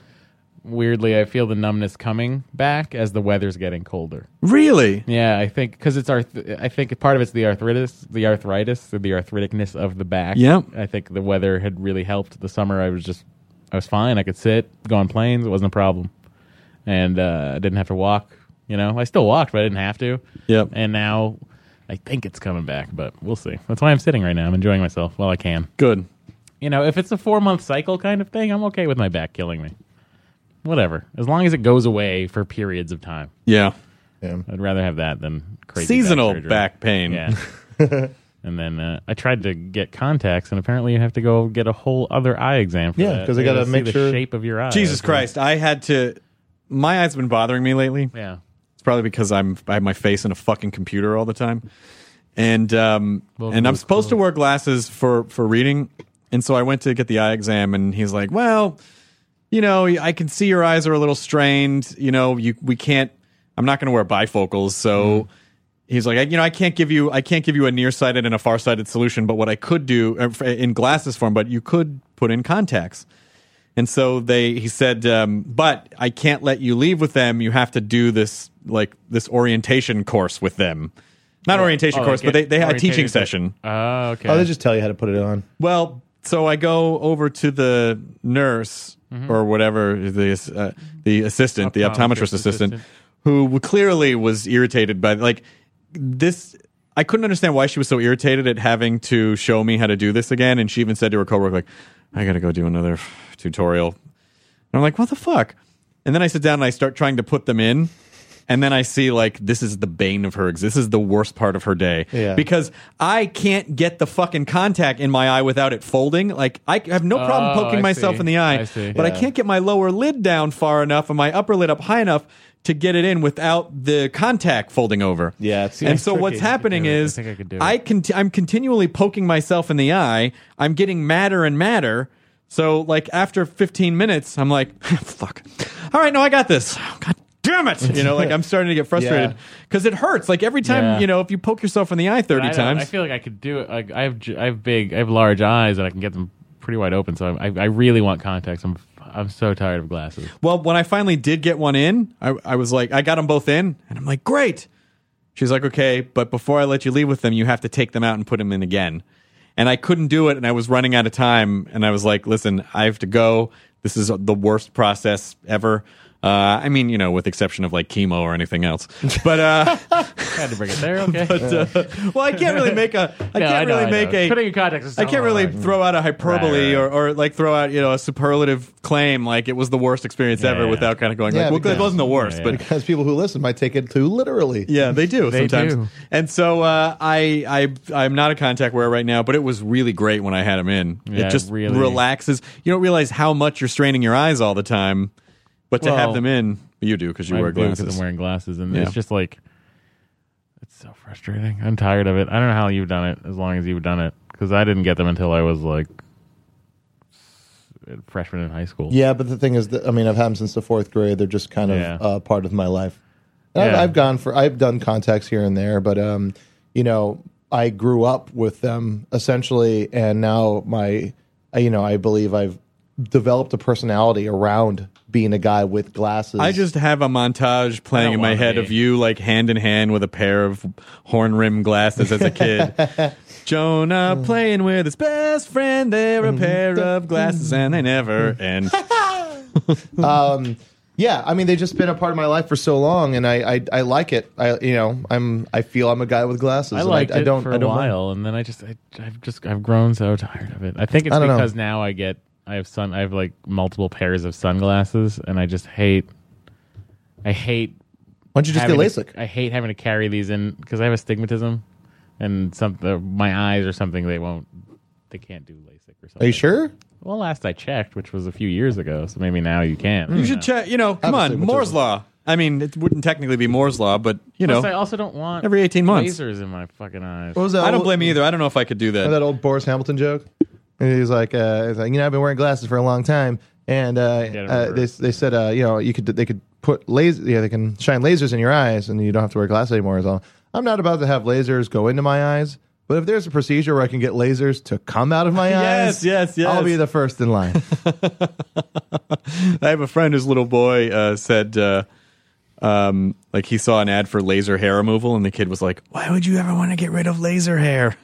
S7: weirdly, I feel the numbness coming back as the weather's getting colder.
S5: Really?
S7: Yeah, I think because it's arth- I think part of it's the arthritis, the arthritis, or the arthriticness of the back.
S5: Yep.
S7: I think the weather had really helped. The summer, I was just, I was fine. I could sit, go on planes. It wasn't a problem, and uh, I didn't have to walk. You know, I still walked, but I didn't have to.
S5: Yep.
S7: And now, I think it's coming back, but we'll see. That's why I'm sitting right now. I'm enjoying myself while I can.
S5: Good.
S7: You know, if it's a four month cycle kind of thing, I'm okay with my back killing me. Whatever, as long as it goes away for periods of time.
S5: Yeah.
S7: I'd rather have that than crazy
S5: Seasonal
S7: back,
S5: back,
S7: surgery.
S5: pain.
S7: Yeah. and then uh, I tried to get contacts, and apparently you have to go get a whole other eye exam. For
S6: Yeah,
S7: that.
S6: 'cause they gotta
S7: see
S6: make
S7: the
S6: sure-
S7: shape of your eye.
S5: Jesus Christ, I had to. My eyes have been bothering me lately.
S7: Yeah.
S5: It's probably because I'm I have my face in a fucking computer all the time, and um
S7: Welcome
S5: and I'm
S7: to the
S5: supposed to
S7: club.
S5: wear glasses for for reading, and so I went to get the eye exam, and he's like, well, you know, I can see your eyes are a little strained. You know, you we can't. I'm not going to wear bifocals, so. He's like, I, you know, I can't give you, I can't give you a nearsighted and a farsighted solution, but what I could do uh, f- in glasses form, but you could put in contacts. And so they, he said, um, but I can't let you leave with them. You have to do this, like this orientation course with them. Not orientation
S7: Oh,
S5: course,
S7: okay.
S5: but they, they had a
S7: Orientation
S5: teaching
S7: session.
S5: session.
S7: Oh, okay.
S6: Oh, they just tell you how to put it on.
S5: Well, so I go over to the nurse or whatever the uh, the assistant, the
S7: Mm-hmm. Optometrist
S5: optometrist assistant,
S7: assistant.
S5: who clearly was irritated by like this. I couldn't understand why she was so irritated at having to show me how to do this again, and she even said to her coworker, "Like, I got to go do another tutorial." And I'm like, "What the fuck?" And then I sit down and I start trying to put them in. And then I see like this is the bane of her. ex- This is the worst part of her day
S6: Yeah.
S5: because I can't get the fucking contact in my eye without it folding. Like I have no problem
S7: Oh,
S5: poking
S7: I
S5: myself
S7: see.
S5: in the eye,
S7: I see.
S5: but I
S6: Yeah.
S5: can't get my lower lid down far enough and my upper lid up high enough to get it in without the contact folding over.
S6: Yeah, it's-
S5: and
S6: it's
S5: so what's
S6: tricky. I could
S5: happening
S7: do it. I
S5: is
S7: think I could do it.
S5: I can I'm continually poking myself in the eye. I'm getting madder and madder. So like after 15 minutes, I'm like, fuck. All right, no, I got this. Oh, God damn it! You know, like I'm starting to get frustrated because it hurts. Like every time,
S7: Yeah.
S5: you know, if you poke yourself in the eye 30
S7: I don't-
S5: times,
S7: I feel like I could do it. Like I have, j- I have big, I have large eyes, and I can get them pretty wide open. So I, I, I really want contacts. I'm, I'm so tired of glasses.
S5: Well, when I finally did get one in, I, I was like, I got them both in, and I'm like, great. She's like, okay, but before I let you leave with them, you have to take them out and put them in again. And I couldn't do it, and I was running out of time, and I was like, listen, I have to go. This is the worst process ever. Uh, I mean, you know, with exception of like chemo or anything else. But uh,
S7: had to bring it there. Okay.
S5: but uh, well, I can't really make a I
S7: No,
S5: can't
S7: know,
S5: really
S7: I
S5: make
S7: know.
S5: a
S7: putting in contacts. Is
S5: I can't really
S7: hard.
S5: throw out a hyperbole
S7: Right, right,
S5: Or, or like throw out you know a superlative claim like it was the worst experience
S7: Yeah,
S5: ever
S7: yeah.
S5: without kind of going
S6: Yeah,
S5: like well
S6: because-
S5: it wasn't the worst
S7: yeah,
S5: but
S6: Because people who listen might take it too literally.
S5: yeah they do
S7: They
S5: sometimes
S7: do.
S5: and so uh, I I I'm not a contact wearer right now but it was really great when I had them in
S7: Yeah,
S5: it just
S7: really.
S5: relaxes you don't realize how much you're straining your eyes all the time but to have
S7: Well-
S5: them in you do because you
S7: I
S5: wear
S7: do 'cause
S5: glasses
S7: I'm wearing glasses, and
S5: Yeah.
S7: it's just like it's so frustrating. I'm tired of it. I don't know how you've done it as long as you've done it because I didn't get them until I was like s- freshman in high school.
S6: Yeah, but the thing is, that, I mean, I've had them since the fourth grade. They're just kind of
S7: Yeah.
S6: uh, part of my life. And
S7: Yeah.
S6: I've, I've gone for, I've done contacts here and there, but um, you know, I grew up with them essentially, and now my, uh, you know, I believe I've developed a personality around being a guy with glasses.
S5: I just have a montage
S7: I don't
S5: playing in my
S7: wanna
S5: head
S7: be.
S5: of you like hand in hand with a pair of horn rim glasses as a kid. Jonah playing with his best friend. They're a pair of glasses and they never end.
S6: yeah, I mean, they've just been a part of my life for so long, and I, I, I like it. I, you know, I'm, I feel I'm a guy with glasses.
S7: I
S6: and
S7: liked
S6: I,
S7: it
S6: don't,
S7: for
S6: I
S7: a
S6: don't mind.
S7: while, and then I just I, I've just I've grown so tired of it. I think it's
S6: I don't know.
S7: because now I get I have sun I have like multiple pairs of sunglasses, and I just hate I hate
S6: Why don't you just get
S7: having
S6: LASIK?
S7: to- I hate having to carry these in because I have astigmatism and some uh, my eyes or something they won't they can't do LASIK or something.
S6: Are you sure?
S7: Well, last I checked, which was a few years ago, so maybe now you can.
S5: you should check, you know, come on,
S6: Obviously, which
S5: Moore's
S6: is-
S5: Law. I mean, it wouldn't technically be Moore's Law, but you know,
S7: Plus, I also don't want
S5: every 18 months.
S7: lasers in my fucking eyes.
S6: What was that?
S5: I don't blame you either. I don't know if I could do
S6: Remember
S5: that.
S6: that old Boris Hamilton joke? And he's like, uh, he's like, you know, I've been wearing glasses for a long time, and uh,
S7: Yeah, I
S6: uh,
S7: remember.
S6: they they said, uh, you know, you could they could put laser, yeah, they can shine lasers in your eyes, and you don't have to wear glasses anymore. Is all. I'm not about to have lasers go into my eyes. But if there's a procedure where I can get lasers to come out of my
S5: Yes,
S6: eyes,
S5: yes, yes.
S6: I'll be the first in line.
S5: I have a friend whose little boy uh, said, uh, um, like he saw an ad for laser hair removal, and the kid was like, "Why would you ever want to get rid of laser hair?"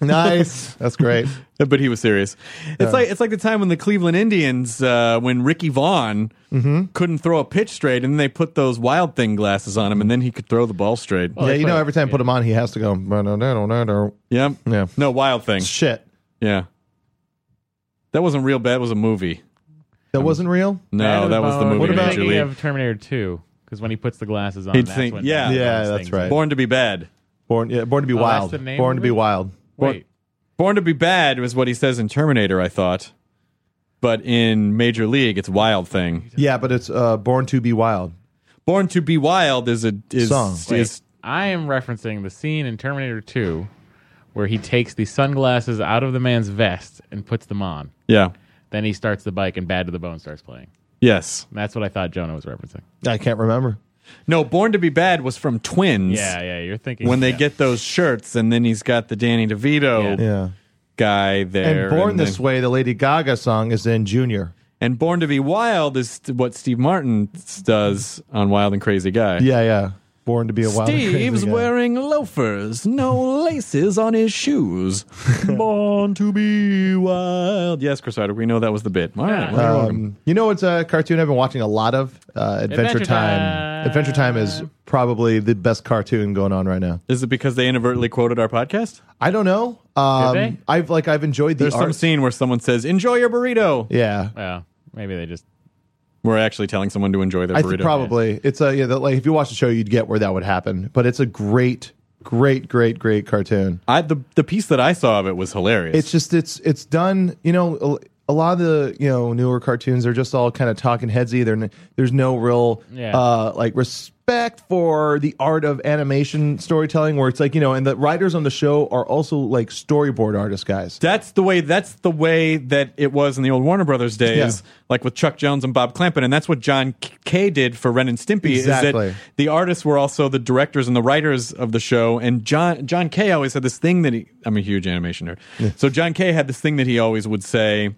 S6: nice, that's great.
S5: But he was serious. It's like it's like the time when the Cleveland Indians, uh, when Ricky Vaughn
S7: Mm-hmm.
S5: couldn't throw a pitch straight, and then they put those Wild Thing glasses on him, and then he could throw the ball straight.
S6: yeah, you know, every time I put him on, he has to go. "Ba-da-da-da-da-da."
S5: Yep.
S6: Yeah.
S5: No Wild Thing.
S6: Shit,
S5: Yeah. That wasn't real bad. It was a movie.
S6: that wasn't real.
S5: No, that was the movie.
S7: What
S5: in
S7: about
S5: Major
S7: thinking
S5: League.
S7: of Terminator Two? Because when he puts the glasses on,
S5: He'd
S7: that's
S5: think-
S7: when
S5: yeah.
S6: Yeah,
S7: those
S6: that's
S7: things
S6: right.
S7: are-
S5: Born to be bad.
S6: Born, yeah, born to be
S7: Oh, that's
S6: wild.
S7: the name
S6: Born to
S7: of
S6: be
S7: it?
S6: wild.
S7: Wait,
S5: Born to be bad was what he says in Terminator, I thought. But in Major League, it's Wild Thing.
S6: Yeah, but it's uh, born to be wild.
S5: Born to be Wild is a is,
S6: Song.
S5: is
S7: I am referencing the scene in Terminator Two where he takes the sunglasses out of the man's vest and puts them on.
S5: yeah.
S7: Then he starts the bike, and Bad to the Bone starts playing.
S5: Yes.
S7: And that's what I thought Jonah was referencing.
S6: I can't remember.
S5: No, Born to be bad was from Twins.
S7: Yeah, yeah, you're thinking
S5: When they
S7: yeah.
S5: get those shirts and then he's got the Danny DeVito
S7: Yeah.
S6: Yeah.
S5: guy there.
S6: And born
S5: then-
S6: this way, the Lady Gaga song is in Junior.
S5: And Born to be Wild is what Steve Martin does on Wild and Crazy Guy.
S6: Yeah, yeah. Born to be a wild.
S5: Steve's
S6: crazy guy.
S5: wearing loafers, no laces on his shoes. Born to be wild. Yes, Chris Ryder, we know that was the bit. All right.
S7: Yeah.
S6: Um, you know what's a cartoon I've been watching a lot of? Uh, Adventure,
S7: Adventure
S6: Time.
S7: Time.
S6: Adventure Time is probably the best cartoon going on right now.
S5: Is it because they inadvertently quoted our podcast?
S6: I don't know.
S7: they?
S6: Um, I've like I've enjoyed the
S5: There's some
S6: art-
S5: scene where someone says, enjoy your burrito.
S6: Yeah,
S7: Well, maybe they just
S5: We're actually telling someone to enjoy their
S6: I
S5: burrito.
S6: think probably it's a yeah. That, like if you watch the show, you'd get where that would happen. But it's a great, great, great, great cartoon.
S5: I, the, the piece that I saw of it was hilarious.
S6: It's just it's it's done. You know, a, a lot of the you know newer cartoons are just all kind of talking headsy. There, n- there's no real
S7: Yeah.
S6: uh, like respect for the art of animation storytelling, where it's like you know, and the writers on the show are also like storyboard artist guys.
S5: That's the way. That's the way that it was in the old Warner Brothers days,
S6: Yeah.
S5: like with Chuck Jones and Bob Clampett, and that's what John K- Kay did for Ren and Stimpy.
S6: Exactly.
S5: Is that the artists were also the directors and the writers of the show? And John John Kay always had this thing that he. I'm a huge animation nerd, so John Kay had this thing that he always would say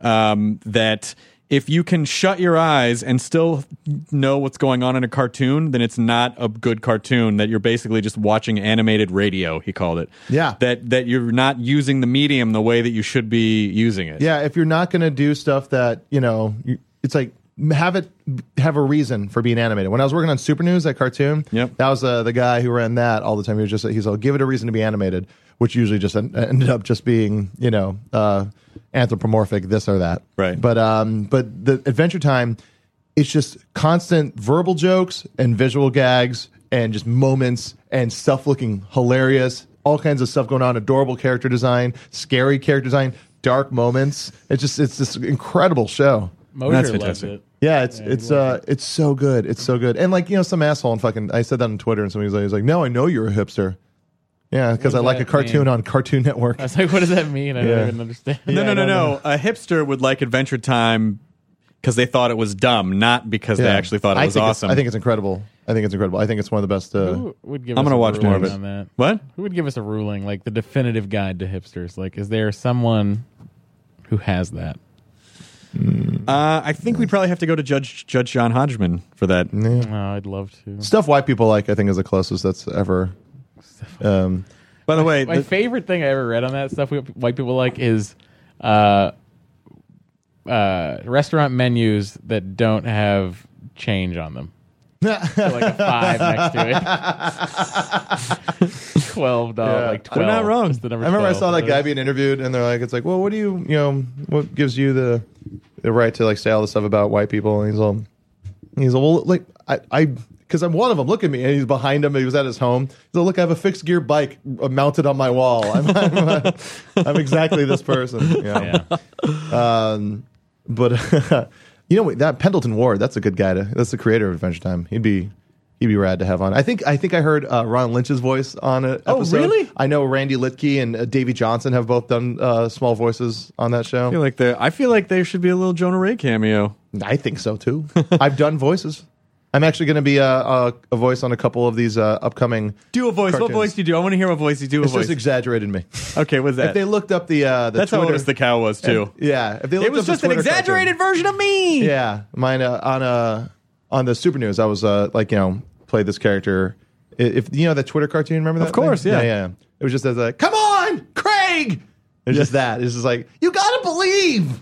S5: um, that if you can shut your eyes and still know what's going on in a cartoon, then it's not a good cartoon. That you're basically just watching animated radio. He called it.
S6: Yeah.
S5: That that you're not using the medium the way that you should be using it.
S6: Yeah, if you're not going to do stuff that you know, you, it's like have it have a reason for being animated. When I was working on Super News, that cartoon,
S5: Yep.
S6: that was uh, the guy who ran that all the time. He was just he's all give it a reason to be animated, which usually just en- ended up just being you know uh, anthropomorphic this or that.
S5: Right.
S6: But um, but the Adventure Time, it's just constant verbal jokes and visual gags and just moments and stuff looking hilarious. All kinds of stuff going on. Adorable character design, scary character design, dark moments. It's just it's this incredible show.
S7: Mosher
S5: That's
S7: loves
S5: fantastic.
S7: it.
S6: Yeah, it's it's uh it's so good. It's so good. And like you know, some asshole and fucking I said that on Twitter and somebody was like, he's like no, I know you're a hipster. Yeah, because I
S7: does
S6: like a
S7: that
S6: cartoon
S7: mean?
S6: on Cartoon Network.
S7: I was like, what does that mean? I
S6: Yeah.
S7: don't even understand.
S5: No,
S6: Yeah, I
S5: no, no,
S6: don't
S5: no. A hipster would like Adventure Time because they thought it was dumb, not because they
S6: Yeah.
S5: actually thought it
S6: I
S5: was
S6: think it's-
S5: awesome.
S6: I think it's incredible. I think it's incredible. I think it's one of the best. Uh,
S7: Who would give
S5: I'm
S7: us
S5: gonna
S7: a
S5: watch more of it.
S7: ruling on that?
S5: what?
S7: Who would give us a ruling, like the definitive guide to hipsters? Like, is there someone who has that?
S5: Uh, I think we'd probably have to go to Judge Judge John Hodgman for that.
S7: Oh, I'd love to.
S6: stuff white people like i think is the closest that's ever um
S5: By the way,
S7: My
S5: the-
S7: favorite thing I ever read on that stuff we, white people like is uh, uh, restaurant menus that don't have change on them. So, like a five next to it. Twelve dollars,
S6: Yeah.
S7: like
S6: They're
S7: twelve.
S5: not wrong.
S7: just the number
S6: i remember i
S7: 12.
S6: saw that guy being interviewed and they're like it's like well what do you you know what gives you the the right to like say all this stuff about white people and he's all he's all well like i i because i'm one of them look at me and he's behind him he was at his home he's like look i have a fixed gear bike uh, mounted on my wall i'm i'm, uh, I'm exactly this person you know?
S7: Yeah.
S6: um but you know what, that pendleton ward that's a good guy to that's the creator of adventure time he'd be he'd be rad to have on i think i think i heard uh, ron lynch's voice on it
S5: Oh, really?
S6: i know randy litke and uh, davey johnson have both done uh, small voices on that show
S5: I feel like there. I feel like there should be a little Jonah Ray cameo.
S6: i think so too i've done voices I'm actually going to be a, a, a voice on a couple of these uh, upcoming.
S5: Do a voice.
S6: Cartoons.
S5: What voice do you do? I want to hear what voice you do. A
S6: It's
S5: voice.
S6: just exaggerated me.
S5: okay, what's that?
S6: If they looked up the uh, the
S5: That's how
S6: Twitter,
S5: honest the cow was too.
S6: yeah. If they looked
S5: it was
S6: up the
S5: just an
S6: Twitter
S5: exaggerated
S6: cartoon-
S5: version of me.
S6: yeah, mine uh, on uh, on the Super News. I was uh, like you know played this character. I- If you know that Twitter cartoon, remember that?
S5: Of course,
S6: thing?
S5: yeah.
S6: yeah, It was just as like, come on, Craig. It's just that. It's just like you gotta believe.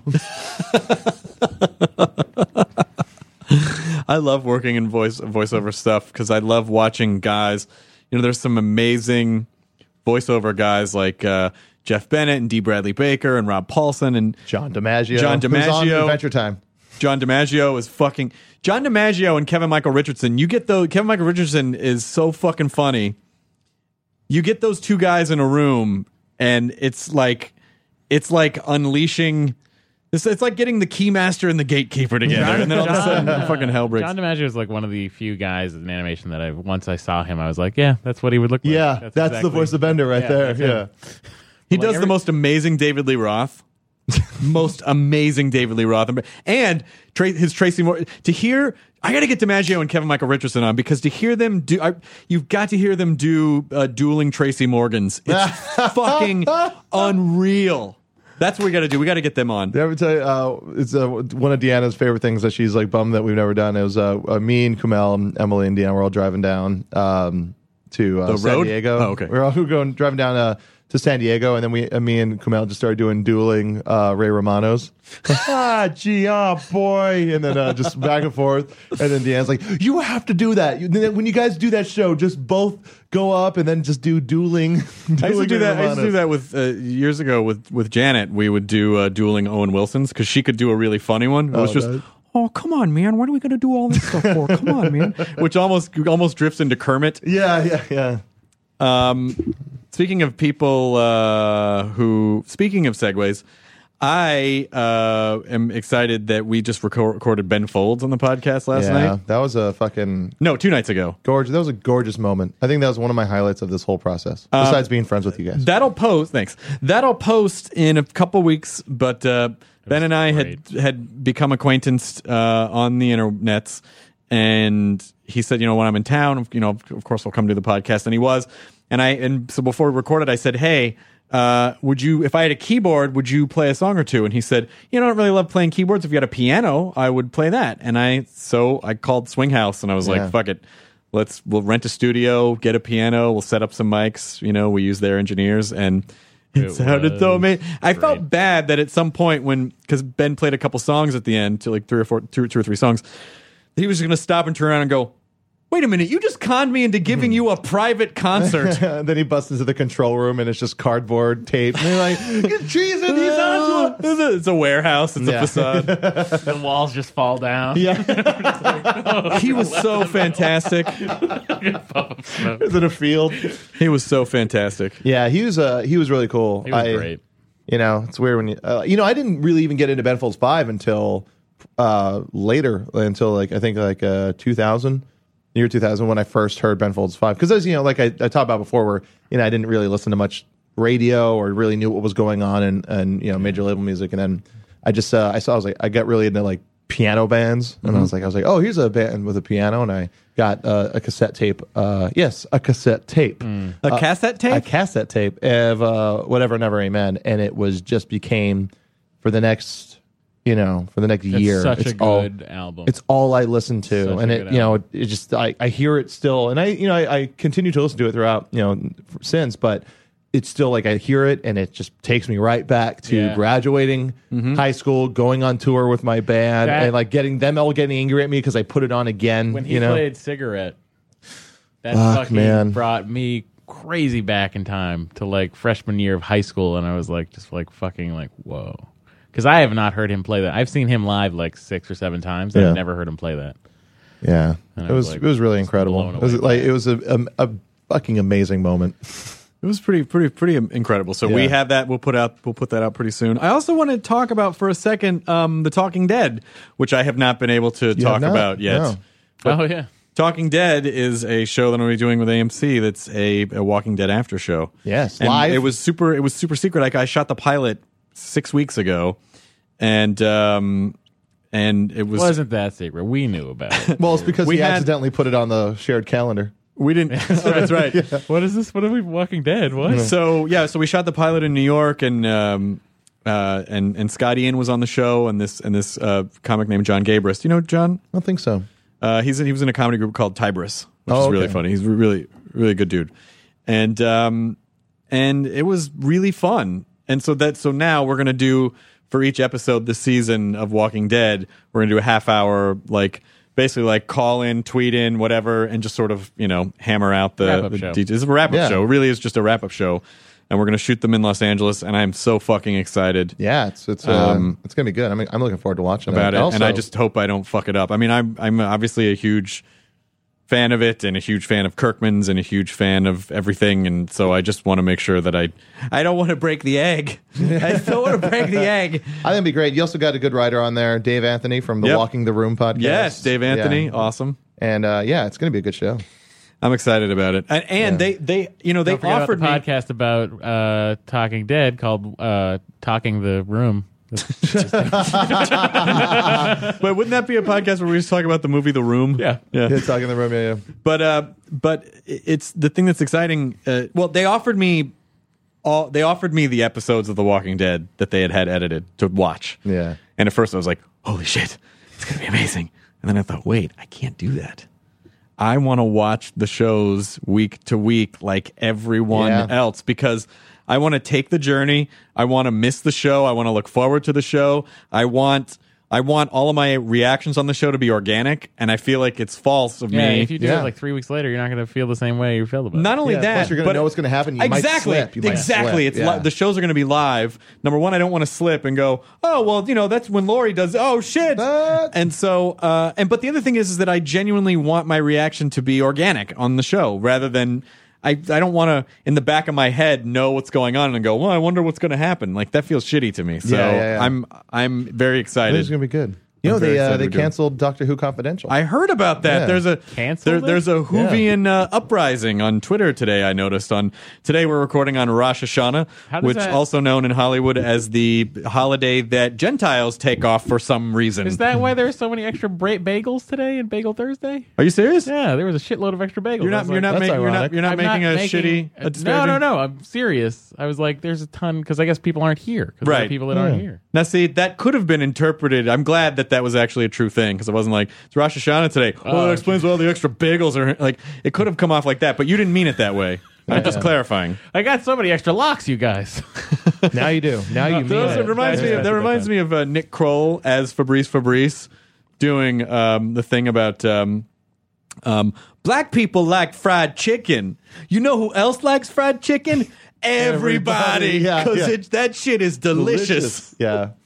S5: I love working in voice voiceover stuff because I love watching guys. You know, there's some amazing voiceover guys like uh, Jeff Bennett and D. Bradley Baker and Rob Paulson and
S6: John DiMaggio.
S5: John
S6: who's on
S5: DiMaggio.
S6: Adventure Time.
S5: John DiMaggio is fucking John DiMaggio and Kevin Michael Richardson. You get those Kevin Michael Richardson is so fucking funny. You get those two guys in a room and it's like it's like unleashing it's, it's like getting the keymaster and the gatekeeper together and then all of a sudden fucking hell breaks.
S7: John DiMaggio is like one of the few guys in animation that I once I saw him, I was like, yeah, that's what he would look like.
S6: Yeah, that's,
S7: exactly-
S6: the voice of Bender right
S7: Yeah,
S6: there.
S7: that's him.
S6: Yeah.
S5: He
S7: Like
S5: does the
S7: every-
S5: most amazing David Lee Roth. most amazing David Lee Roth. And tra- his Tracy Moore. To hear, I got to get DiMaggio and Kevin Michael Richardson on because to hear them do, I, you've got to hear them do uh, dueling Tracy Morgans. It's fucking unreal. That's what we got to do. We got to get them on.
S6: Did I ever tell you? Uh, it's uh, one of Deanna's favorite things that she's like bummed that we've never done. It was uh, uh, me and Kumail and Emily and Deanna were all driving down um, to uh,
S5: The
S6: San
S5: road?
S6: Diego.
S5: Oh, okay.
S6: We were all going driving down uh, to San Diego, and then we, uh, me and Kumail just started doing dueling uh, Ray Romanos. ah, gee, ah, boy, and then uh, just back and forth. And then Deanna's like, "You have to do that. You, then when you guys do that show, just both go up and then just do dueling."
S5: I used to
S6: dueling
S5: do
S6: Ray
S5: that. I used to do
S6: Romanos.
S5: that with uh, years ago with with Janet. We would do uh, dueling Owen Wilsons because she could do a really funny one. It was
S6: Oh,
S5: just.
S6: that-
S5: Oh come on, man! What are we gonna do all this stuff for? Come on, man! Which almost almost drifts into Kermit.
S6: Yeah, yeah, yeah.
S5: Um, speaking of people uh, who, speaking of segues, I uh, am excited that we just reco- recorded Ben Folds on the podcast last
S6: yeah,
S5: night.
S6: that was a fucking
S5: No, two nights ago.
S6: Gorgeous. That was a gorgeous moment. I think that was one of my highlights of this whole process. Besides being friends with you guys.
S5: That'll post. Thanks. That'll post in a couple weeks. But uh, Ben and I had had become acquaintance uh, on the internets, and he said, you know, when I'm in town, you know, of course, I'll come to the podcast, and he was. And I and so before we recorded, I said, hey. Uh, would you, if I had a keyboard, would you play a song or two? And he said, "You know, I don't really love playing keyboards. If you had a piano, I would play that." And I, so I called Swing House, and I was
S6: Yeah.
S5: like, "Fuck it, let's we'll rent a studio, get a piano, we'll set up some mics. You know, we use their engineers, and it,
S7: It
S5: sounded so
S7: was
S5: amazing. I felt
S7: great.
S5: bad that at some point when because Ben played a couple songs at the end, to like three or four, two, two or three songs, he was just gonna stop and turn around and go, "Wait a minute, you just conned me into giving you a private concert."
S6: And then he busts into the control room and it's just cardboard tape. And they're like, "Get cheese in these envelopes."
S5: it's, a, it's a warehouse. It's
S6: Yeah.
S5: a facade.
S7: The walls just fall down.
S6: Yeah.
S5: he was so fantastic.
S6: Is it a field?
S5: He was so fantastic.
S6: Yeah, he was uh he was really cool.
S7: He was
S6: I-
S7: great.
S6: You know, it's weird when you uh, you know, I didn't really even get into Ben Folds 5 until uh later until like I think like uh 2000 year 2000 when I first heard Ben Folds 5 cuz as you know like I, I talked about before where you know I didn't really listen to much radio or really knew what was going on and and you know major label music and then I just uh, I saw I was like I got really into like piano bands and I
S7: Mm-hmm.
S6: was like I was like oh here's a band with a piano and I got uh, a cassette tape uh yes a cassette tape
S7: Mm.
S5: A cassette tape.
S6: a cassette tape of uh, whatever never amen and it was just became for the next you know for the next
S7: It's
S6: year
S7: such
S6: it's
S7: a
S6: all
S7: good album.
S6: it's all I listen to
S7: Such a
S6: and it
S7: good
S6: you know it, it just I, I hear it still and I you know I, I continue to listen to it throughout you know since but it's still like I hear it and it just takes me right back to
S7: Yeah. Mm-hmm.
S6: graduating high school going on tour with my band
S7: That-
S6: and like getting them all getting angry at me because I put it on again
S7: when he
S6: you know
S7: played cigarette that
S6: Fuck,
S7: fucking
S6: man.
S7: brought me crazy back in time to like freshman year of high school and i was like just like fucking like whoa because i have not heard him play that i've seen him live like six or seven times
S6: Yeah.
S7: i've never heard him play that
S6: yeah
S7: And I
S6: it
S7: was,
S6: was
S7: like,
S6: it was really
S7: just
S6: incredible
S7: blown
S6: it was
S7: away
S6: like it was a, a, a fucking amazing moment.
S5: It was pretty, pretty, pretty incredible. So we
S6: Yeah.
S5: have that. We'll put out. We'll put that out pretty soon. I also want to talk about for a second um, the Talking Dead, which I have not been able to
S6: have
S5: talk
S6: not?
S5: about yet.
S6: No.
S7: oh yeah
S5: Talking Dead is a show that I'm going to be doing with AMC. That's a, a Walking Dead after show.
S6: Yes,
S5: And
S6: live.
S5: It was super. It was super secret. Like I shot the pilot six weeks ago, and um, and it was
S7: wasn't that secret. We knew about it.
S6: Well, it's because
S5: We
S6: we he
S5: had-
S6: accidentally put it on the shared calendar.
S5: we didn't. that's right.
S7: what is this? What are we Walking Dead? What?
S5: So yeah, so we shot the pilot in New York, and um, uh, and and Scott Ian was on the show, and this and this uh, comic named John Gabris. Do you know John?
S6: I don't think so.
S5: Uh, he's in, he was in a comedy group called Tibris, which
S6: Oh,
S5: is really
S6: okay.
S5: funny. He's a really really good dude, and um, and it was really fun. And so that so now we're gonna do for each episode this season of Walking Dead, we're gonna do a half hour like basically like call in, tweet in, whatever, and just sort of you know hammer out the,
S7: Wrap-up
S5: the
S7: show.
S5: details. It's a wrap up
S6: Yeah.
S5: show. It really is just a wrap up show, and we're gonna shoot them in Los Angeles. And I'm so fucking excited
S6: Yeah, it's it's uh,
S5: Um,
S6: it's gonna be good. I mean, I'm looking forward to watching
S5: about
S6: that.
S5: it, and
S6: Also-
S5: I just hope I don't fuck it up. I mean, I'm I'm obviously a huge fan of it, and a huge fan of Kirkman's, and a huge fan of everything, and so I just want to make sure that I I don't want to break the egg. I still want to break the egg.
S6: I think it'd be great. You also got a good writer on there, Dave Anthony from the
S5: Yep.
S6: Walking the Room podcast.
S5: Yes, Dave Anthony,
S6: Yeah.
S5: awesome.
S6: And uh, yeah, it's gonna be a good show.
S5: I'm excited about it, and, and they they you know they
S7: Don't forget about
S5: offered
S7: the
S5: me.
S7: podcast about uh, Talking Dead called uh, "Talking the Room."
S5: But wouldn't that be a podcast where we just talk about the movie The Room?
S7: Yeah.
S5: yeah.
S6: Yeah, talking in the room. Yeah,
S5: but uh, but it's the thing that's exciting. Uh, well, they offered me all. They offered me the episodes of The Walking Dead that they had had edited to watch.
S6: Yeah.
S5: And at first, I was like, "Holy shit, it's gonna be amazing!" And then I thought, "Wait, I can't do that. I want to watch the shows week to week like everyone
S6: Yeah.
S5: else because." I want to take the journey. I want to miss the show. I want to look forward to the show. I want I want all of my reactions on the show to be organic, and I feel like it's false of
S7: Yeah,
S5: me.
S7: if you do
S6: Yeah.
S7: it like three weeks later, you're not going to feel the same way you felt about
S5: Not
S7: it.
S5: only
S6: Yeah,
S5: that,
S6: plus you're gonna
S5: but-
S6: know what's gonna happen. You might
S5: exactly,
S6: slip. You might
S5: exactly.
S6: slip,
S5: It's
S6: yeah.
S5: li- the shows are going to be live. Number one, I don't want to slip and go. Oh well, you know that's when Lori does. Oh shit!
S6: What?
S5: And so, uh, and but the other thing is, is that I genuinely want my reaction to be organic on the show rather than. I, I don't want to in the back of my head know what's going on and go well I wonder what's going to happen like that feels shitty to me so
S6: Yeah, yeah, yeah.
S5: I'm I'm very
S6: I
S5: excited
S6: think it's gonna be good. You know,
S5: I'm very
S6: they uh,
S5: excited
S6: they
S5: to do it.
S6: canceled Doctor Who Confidential.
S5: I heard about that.
S6: Yeah.
S5: There's a
S7: Canceled
S5: there-
S7: it?
S5: there's a Hoovian uh, uprising on Twitter today. I noticed on today we're recording on Rosh Hashanah,
S7: How does
S5: which
S7: that-
S5: also known in Hollywood as the holiday that Gentiles take off for some reason.
S7: Is that why there are so many extra bra- bagels today and Bagel Thursday?
S5: Are you serious?
S7: Yeah, there was a shitload of extra bagels.
S5: You're not
S7: I was
S5: you're
S7: like,
S5: not,
S6: that's
S5: making, you're not
S6: ironic.
S5: you're not
S7: I'm
S5: making a
S7: making-
S5: shitty
S7: uh,
S5: a
S7: no,
S5: disparaging-
S7: no, no. I'm serious. I was like, there's a ton because I guess people aren't here. 'cause there are
S5: Right.
S7: people that
S6: Yeah.
S7: aren't here.
S5: Now, see, that could have been interpreted. I'm glad that that was actually a true thing because I wasn't like, it's Rosh Hashanah today. Well,
S7: Oh,
S5: that explains why all the extra bagels are. Like, it could have come off like that, but you didn't mean it that way. I'm just clarifying.
S7: I got so many extra locks, you guys.
S6: now you do. Now you mean
S5: Those,
S6: it.
S5: it reminds me. That reminds me of uh, Nick Kroll as Fabrice Fabrice doing um, the thing about um, um, black people like fried chicken. You know who else likes fried chicken? Everybody,
S6: Everybody, yeah,
S5: because
S6: yeah.
S5: that shit is delicious.
S6: Yeah.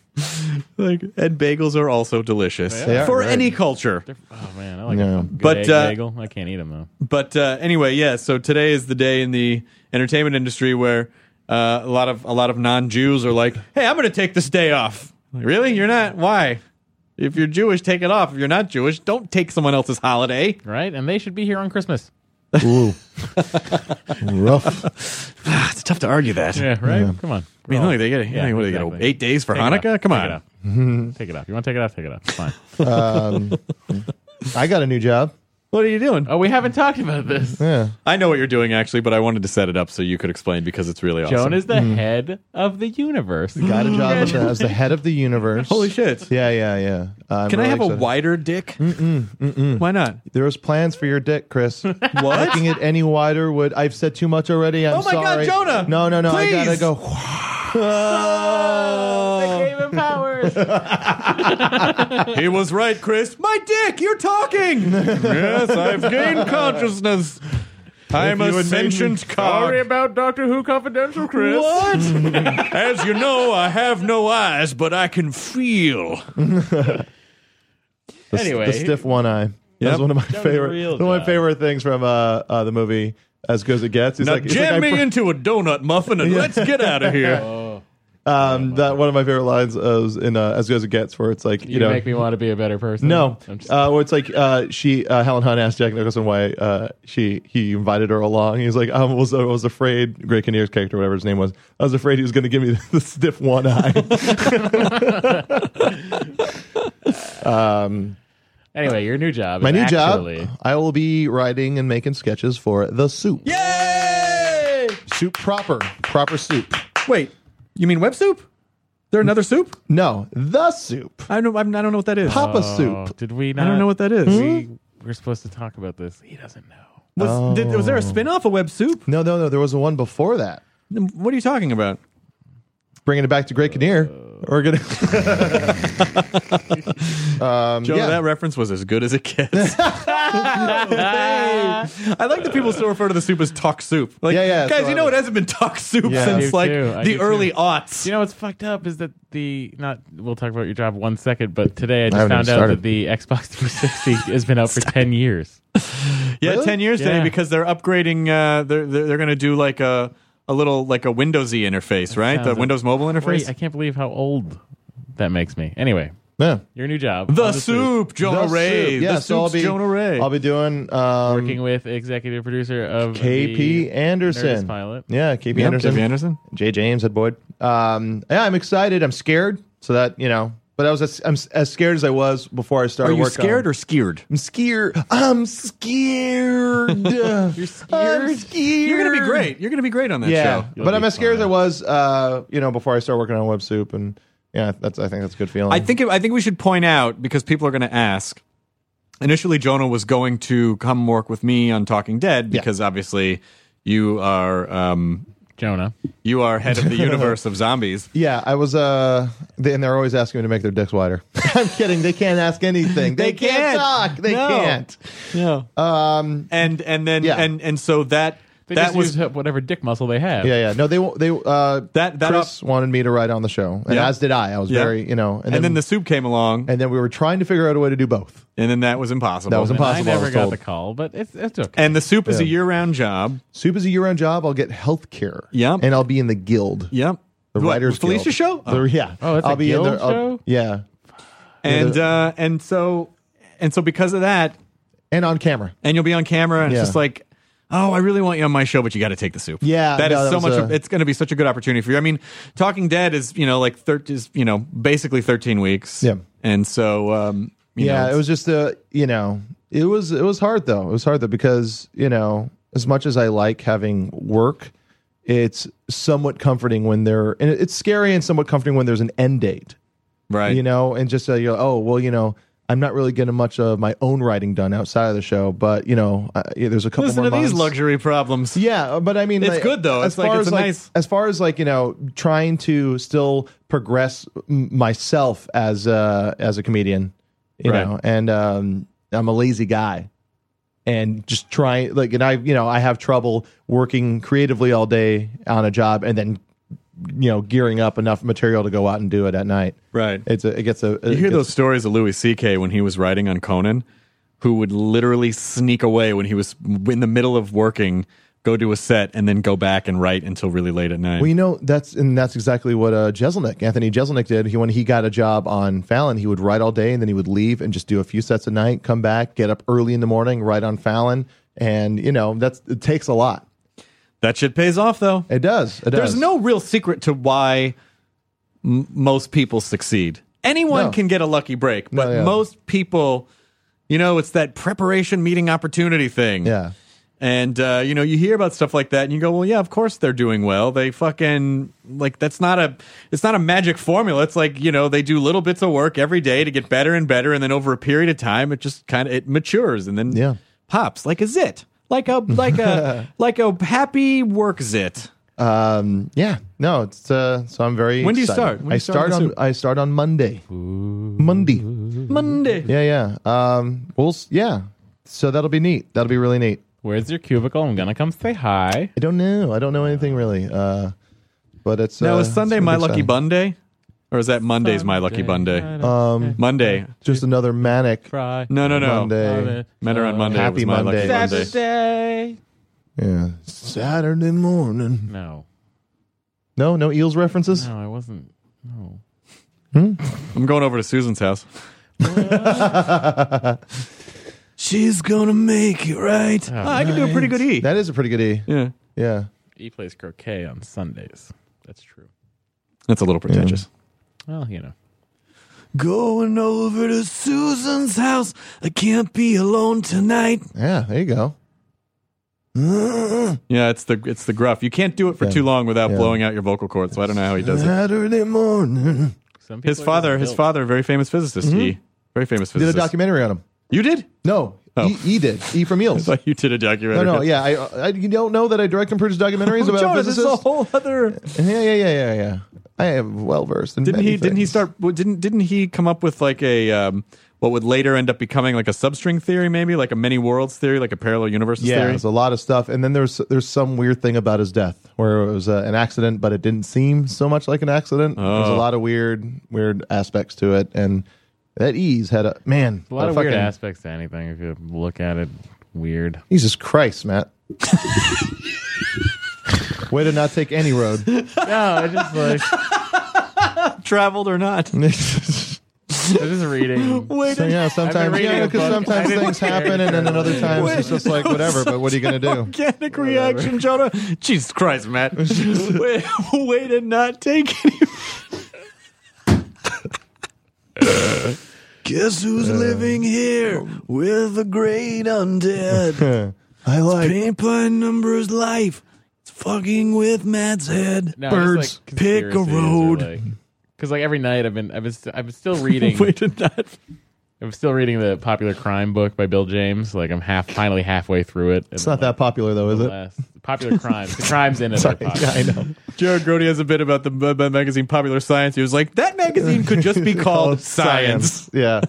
S5: Like, and bagels are also delicious
S6: They are,
S5: for
S6: right.
S5: any culture.
S7: Oh man, I like
S6: Yeah.
S7: a good
S5: But,
S7: egg
S5: uh,
S7: bagel. I can't eat them though.
S5: But uh, anyway, yeah. So today is the day in the entertainment industry where uh, a lot of a lot of non Jews are like, "Hey, I'm going to take this day off." Like, really? You're not? Why? If you're Jewish, take it off. If you're not Jewish, don't take someone else's holiday.
S7: Right? And they should be here on Christmas.
S6: Ooh. Rough.
S5: it's tough to argue that.
S7: Yeah, right. Come on.
S5: I mean, look, they get yeah,
S7: Yeah,
S5: what do they
S7: exactly.
S5: get eight days for
S7: Take it
S5: Hanukkah.
S7: off.
S5: Come
S7: Take it
S5: on.
S7: off. take it off. You want to take it off? Take it off. Fine.
S6: I got a new job.
S5: What are you doing?
S7: oh, we haven't talked about this.
S6: Yeah.
S5: I know what you're doing actually, but I wanted to set it up so you could explain because it's really awesome.
S7: Joan is the
S6: Mm.
S7: head of the universe.
S6: Got a job as the, as the head of the universe.
S5: holy shit.
S6: Yeah, yeah, yeah. Uh, I'm
S5: Can I
S6: really
S5: have a
S6: excited.
S5: wider dick? Why not?
S6: There was plans for your dick, Chris.
S5: What?
S6: Making it any wider would I've said too much already. I'm
S5: Oh my God,
S6: sorry.
S5: Jonah!
S6: No, no, no.
S5: Please!
S6: I gotta go.
S7: They gave him powers.
S5: He was right, Chris. My dick, you're talking. yes, I've gained consciousness. I'm
S6: If you
S5: a
S6: had made me
S5: sentient cock.
S7: Sorry about Doctor Who Confidential, Chris.
S5: What? As you know, I have no eyes, but I can feel.
S6: The, s-
S7: Anyway.
S6: the stiff one eye. That
S5: Yep.
S6: was one of my
S7: was a
S6: favorite.
S7: real
S6: One of my
S7: job.
S6: favorite things from uh, uh, the movie As Good as It Gets. He's
S5: Now
S6: like, he's like,
S5: jam
S6: I
S5: me
S6: pre-
S5: into a donut muffin and let's get out of here.
S6: Um, that one of my favorite lines is in uh, As Good as It Gets, where it's like, you,
S7: You
S6: know,
S7: make me want to be a better person.
S6: no,
S7: I'm just-
S6: uh, where it's like uh, she uh, Helen Hunt asked Jack Nicholson why uh, she he invited her along. He's like, I was I was afraid Greg Kinnear's character, whatever his name was, I was afraid he was going to give me the stiff one eye. um,
S7: anyway, your new job.
S6: my
S7: is
S6: new
S7: actually,
S6: job, I will be writing and making sketches for the soup.
S5: Yay!
S6: Soup proper, proper soup.
S5: Wait, you mean web soup? There another soup?
S6: No, the soup.
S5: I don't. I'm, I don't know what that is.
S6: Papa
S7: Oh,
S6: soup.
S7: did we?
S5: I
S7: Not,
S5: don't know what that is.
S7: we we're supposed to talk about this. He doesn't know.
S5: Was, did, was there a spin off of web soup?
S6: No, no, no. There was a one before that.
S5: What are you talking about?
S6: Bringing it back to Greg Kinnear.
S7: Uh.
S6: We're gonna.
S5: Joe,
S6: yeah.
S5: that reference was as good as it gets. I like that people still refer to the soup as talk soup. Like,
S6: Yeah, yeah,
S5: guys,
S6: so
S5: you
S6: I
S5: know
S6: was-
S5: it hasn't been talk soup
S6: Yeah. I
S5: since
S7: do
S5: like
S7: too. I
S5: the
S7: do
S5: early
S7: too.
S5: aughts.
S7: You know what's fucked up is that the not we'll talk about your job one second, but today I just
S9: haven't
S7: found
S9: even
S7: out
S9: started.
S7: that the Xbox 360 has been out for 10 years.
S5: yeah,
S6: Really?
S5: ten years today
S7: Yeah.
S5: because they're upgrading. Uh, they're they're, they're going to do like a a little like a Windowsy interface, right? The
S7: sounds-
S5: Windows Mobile interface.
S7: Wait, I can't believe how old that makes me. Anyway,
S6: Yeah.
S7: your new job.
S5: the
S7: on
S5: soup, Jonah
S6: The
S5: Ray.
S6: Soup. Yeah,
S5: the
S6: so I'll
S5: soup's
S6: be,
S5: Jonah Ray.
S6: I'll be doing um,
S7: Working with executive producer of
S6: KP
S7: the
S6: Anderson.
S7: Nerdist pilot.
S6: Yeah, KP
S5: Yep,
S6: Anderson.
S5: J.B. Anderson.
S6: J. James Ed Boyd. Um, yeah, I'm excited. I'm scared. So that you know, but I was as, I'm s- as scared as I was before I started.
S5: Are you
S6: work
S5: scared
S6: on-
S5: or scared?
S6: I'm scared. I'm scared. You're I'm
S7: scared?
S6: scared.
S5: You're gonna be great. You're gonna be great on that
S6: Yeah,
S5: show.
S6: but I'm as scared as I was, uh, you know, before I started working on Web Soup, and yeah, that's I think that's a good feeling.
S5: I think it, I think we should point out because people are going to ask. Initially, Jonah was going to come work with me on Talking Dead because obviously you are um,
S7: Jonah.
S5: you are head of the universe of zombies.
S6: Yeah, I was. Uh, they, and they're always asking me to make their dicks wider. I'm kidding. They can't ask anything. They,
S5: They
S6: can't.
S5: can't.
S6: talk. They
S5: No.
S6: can't.
S5: Yeah.
S6: Um.
S5: And and then
S6: Yeah.
S5: and and so that
S7: They
S5: that
S7: just
S5: was
S7: use whatever dick muscle they have.
S6: Yeah, yeah. No, they won't. They uh,
S5: That- that
S6: Chris wanted me to write on the show, and
S5: Yeah.
S6: as did I. I was
S5: Yeah.
S6: very, you know,
S5: and then the soup came along
S6: and then we were trying to figure out a way to do both.
S5: and then that was impossible.
S6: That was
S7: And
S6: impossible.
S7: I
S6: I
S7: never
S6: was
S7: got
S6: told.
S7: the call, but it's it's okay.
S5: And the soup is a
S6: Yeah.
S5: year-round job.
S6: Soup is a year-round job. I'll get health care.
S5: Yep.
S6: and I'll be in the guild.
S5: Yep.
S6: The
S5: What,
S6: writers.
S5: Felicia
S6: Guild.
S5: show?
S6: The- yeah.
S7: Oh, it's a
S6: I'll be
S7: guild
S6: in there. I'll-
S7: show?
S6: yeah,
S5: and uh, and so and so because of that
S6: and on camera.
S5: and you'll be on camera and
S6: Yeah.
S5: it's just like oh i really want you on my show but you got to take the soup
S6: Yeah,
S5: that is
S6: no, that
S5: so
S6: was
S5: much
S6: a-
S5: it's going to be such a good opportunity for you i mean talking dead is you know like 13 is you know basically 13 weeks
S6: Yeah.
S5: and so um you know,
S6: yeah,
S5: it's-
S6: it was just a you know it was it was hard though. It was hard though because you know as much as I like having work, it's somewhat comforting when there and it's scary and somewhat comforting when there's an end date.
S5: right
S6: You know, and just uh, you know, oh well, you know. I'm not really getting much of my own writing done outside of the show, but you know, uh, yeah, there's a couple
S5: listen
S6: more
S5: to these
S6: months.
S5: luxury problems
S6: Yeah, uh, but I mean,
S5: It's
S6: like,
S5: good, though.
S6: As
S5: It's like-
S6: far
S5: it's
S6: as
S5: a
S6: like
S5: nice-
S6: as far as like you know, trying to still progress m- myself as uh as a comedian, you
S5: Right.
S6: know, and um, I'm a lazy guy, and just trying like, and I you know I have trouble working creatively all day on a job, and then you know gearing up enough material to go out and do it at night.
S5: right
S6: It's a, it gets a
S5: you
S6: it
S5: hear
S6: gets-
S5: those stories of louis ck when he was writing on conan who would literally sneak away when he was in the middle of working go to a set and then go back and write until really late at night
S6: Well, you know that's and that's exactly what uh, Jeselnik, Anthony Jeselnik, did. He when he got a job on Fallon, he would write all day and then he would leave and just do a few sets a night, come back, get up early in the morning, write on Fallon, and you know that's it takes a lot.
S5: that shit pays off though
S6: It does. It does.
S5: There's no real secret to why m- most people succeed. Anyone
S6: No.
S5: can get a lucky break, but
S6: yeah.
S5: most people, you know, it's that preparation meeting opportunity thing.
S6: yeah.
S5: And, uh, you know, you hear about stuff like that and you go, well, yeah, of course they're doing well. They fucking, like, that's not a, it's not a magic formula. It's like, you know, they do little bits of work every day to get better and better. And then over a period of time, it just kind of, it matures and then
S6: Yeah.
S5: pops like a zit, like a, like a, like a happy work zit.
S6: Um, yeah. No. It's uh, so I'm very.
S5: When do you
S6: excited.
S5: start? When do
S6: I
S5: you start
S6: start
S5: on
S6: on.
S5: the
S6: I start on Monday. Monday.
S5: Monday.
S6: Yeah. Yeah. Um. Well. s- Yeah. So that'll be neat. That'll be really neat.
S7: Where's your cubicle? I'm gonna come say hi.
S6: I don't know. I don't know anything really. Uh. But it's
S5: Now
S6: uh,
S5: is
S6: it's
S5: Sunday
S6: gonna be
S5: my lucky
S6: exciting.
S5: bun day, or is that Monday's my lucky bun day? Monday.
S6: Just another manic.
S7: Fry.
S5: No, no, no.
S6: Monday.
S5: Met her on Monday.
S6: Happy
S5: it was my
S6: Monday.
S5: lucky Monday.
S7: Saturday.
S6: Yeah. Saturday morning.
S7: No.
S6: No, no eels references.
S7: No, I wasn't. No.
S5: I'm going over to Susan's house. She's gonna make it right. I can do a pretty good E.
S6: That is a pretty good E.
S5: yeah,
S6: Yeah.
S7: He plays croquet on Sundays. That's true.
S5: that's a little pretentious.
S7: Well, you know.
S5: Going over to Susan's house. I can't be alone tonight.
S6: Yeah. There you go.
S5: Yeah, it's the it's the gruff. You can't do it for
S6: Yeah.
S5: too long without
S6: Yeah.
S5: blowing out your vocal cords. So I don't know how he does it.
S6: Saturday morning.
S7: Some people
S5: His
S7: are just
S5: father, his
S7: built.
S5: father, very famous physicist. He very famous
S6: Did a
S5: physicist.
S6: documentary on him.
S5: you did?
S6: No,
S5: Oh.
S6: E, e did. E from
S5: I
S6: Eels.
S5: thought you did a
S6: No,
S5: documentary.
S6: no, yeah. I, I you don't know that I direct and produce documentaries about
S5: Jonas, it's
S6: physicists.
S5: a whole other.
S6: Yeah, yeah, yeah, yeah, yeah. I am well versed.
S5: Didn't he? Didn't he start? well, Didn't Didn't he come up with like a um, what would later end up becoming like a substring theory, maybe like a many worlds theory, like a parallel universes
S6: Yeah,
S5: theory?
S6: there's a lot of stuff, and then there's there's some weird thing about his death where it was uh, an accident, but it didn't seem so much like an accident. There's a
S5: Oh.
S6: lot of weird weird aspects to it, and that ease had a man
S7: A lot of weird
S6: fucking-
S7: aspects to anything if you look at it weird.
S6: Jesus Christ, Matt. Way to not take any road.
S7: No, I just like
S5: Traveled or not?
S7: I was just reading.
S5: Wait,
S6: So yeah, sometimes
S7: reading
S6: yeah,
S7: a
S6: because
S7: book.
S6: sometimes
S7: I didn't
S6: things
S7: care.
S6: happen, and then another times it's just like whatever. But what are you gonna do?
S5: Organic reaction, Jonah. Jesus Christ, Matt. way, way to not take any. Guess who's
S6: Um,
S5: living here with a great undead?
S6: I like
S5: Paint by numbers life. It's fucking with Matt's head.
S7: No,
S6: Birds,
S7: just, like,
S5: pick a
S7: conspiracies or,
S5: road.
S7: like- Cause like every night I've been I've been, st- I've been still reading
S5: Way to not.
S7: I'm still reading the popular crime book by Bill James. Like I'm half finally halfway through it.
S6: it's not that popular though, is it?
S7: last popular crimes. The crimes in it.
S6: Sorry,
S7: Sorry,
S6: yeah, I know.
S5: Jared Grody has a bit about the b- b- magazine Popular Science. He was like, that magazine could just be called Science.
S6: Yeah,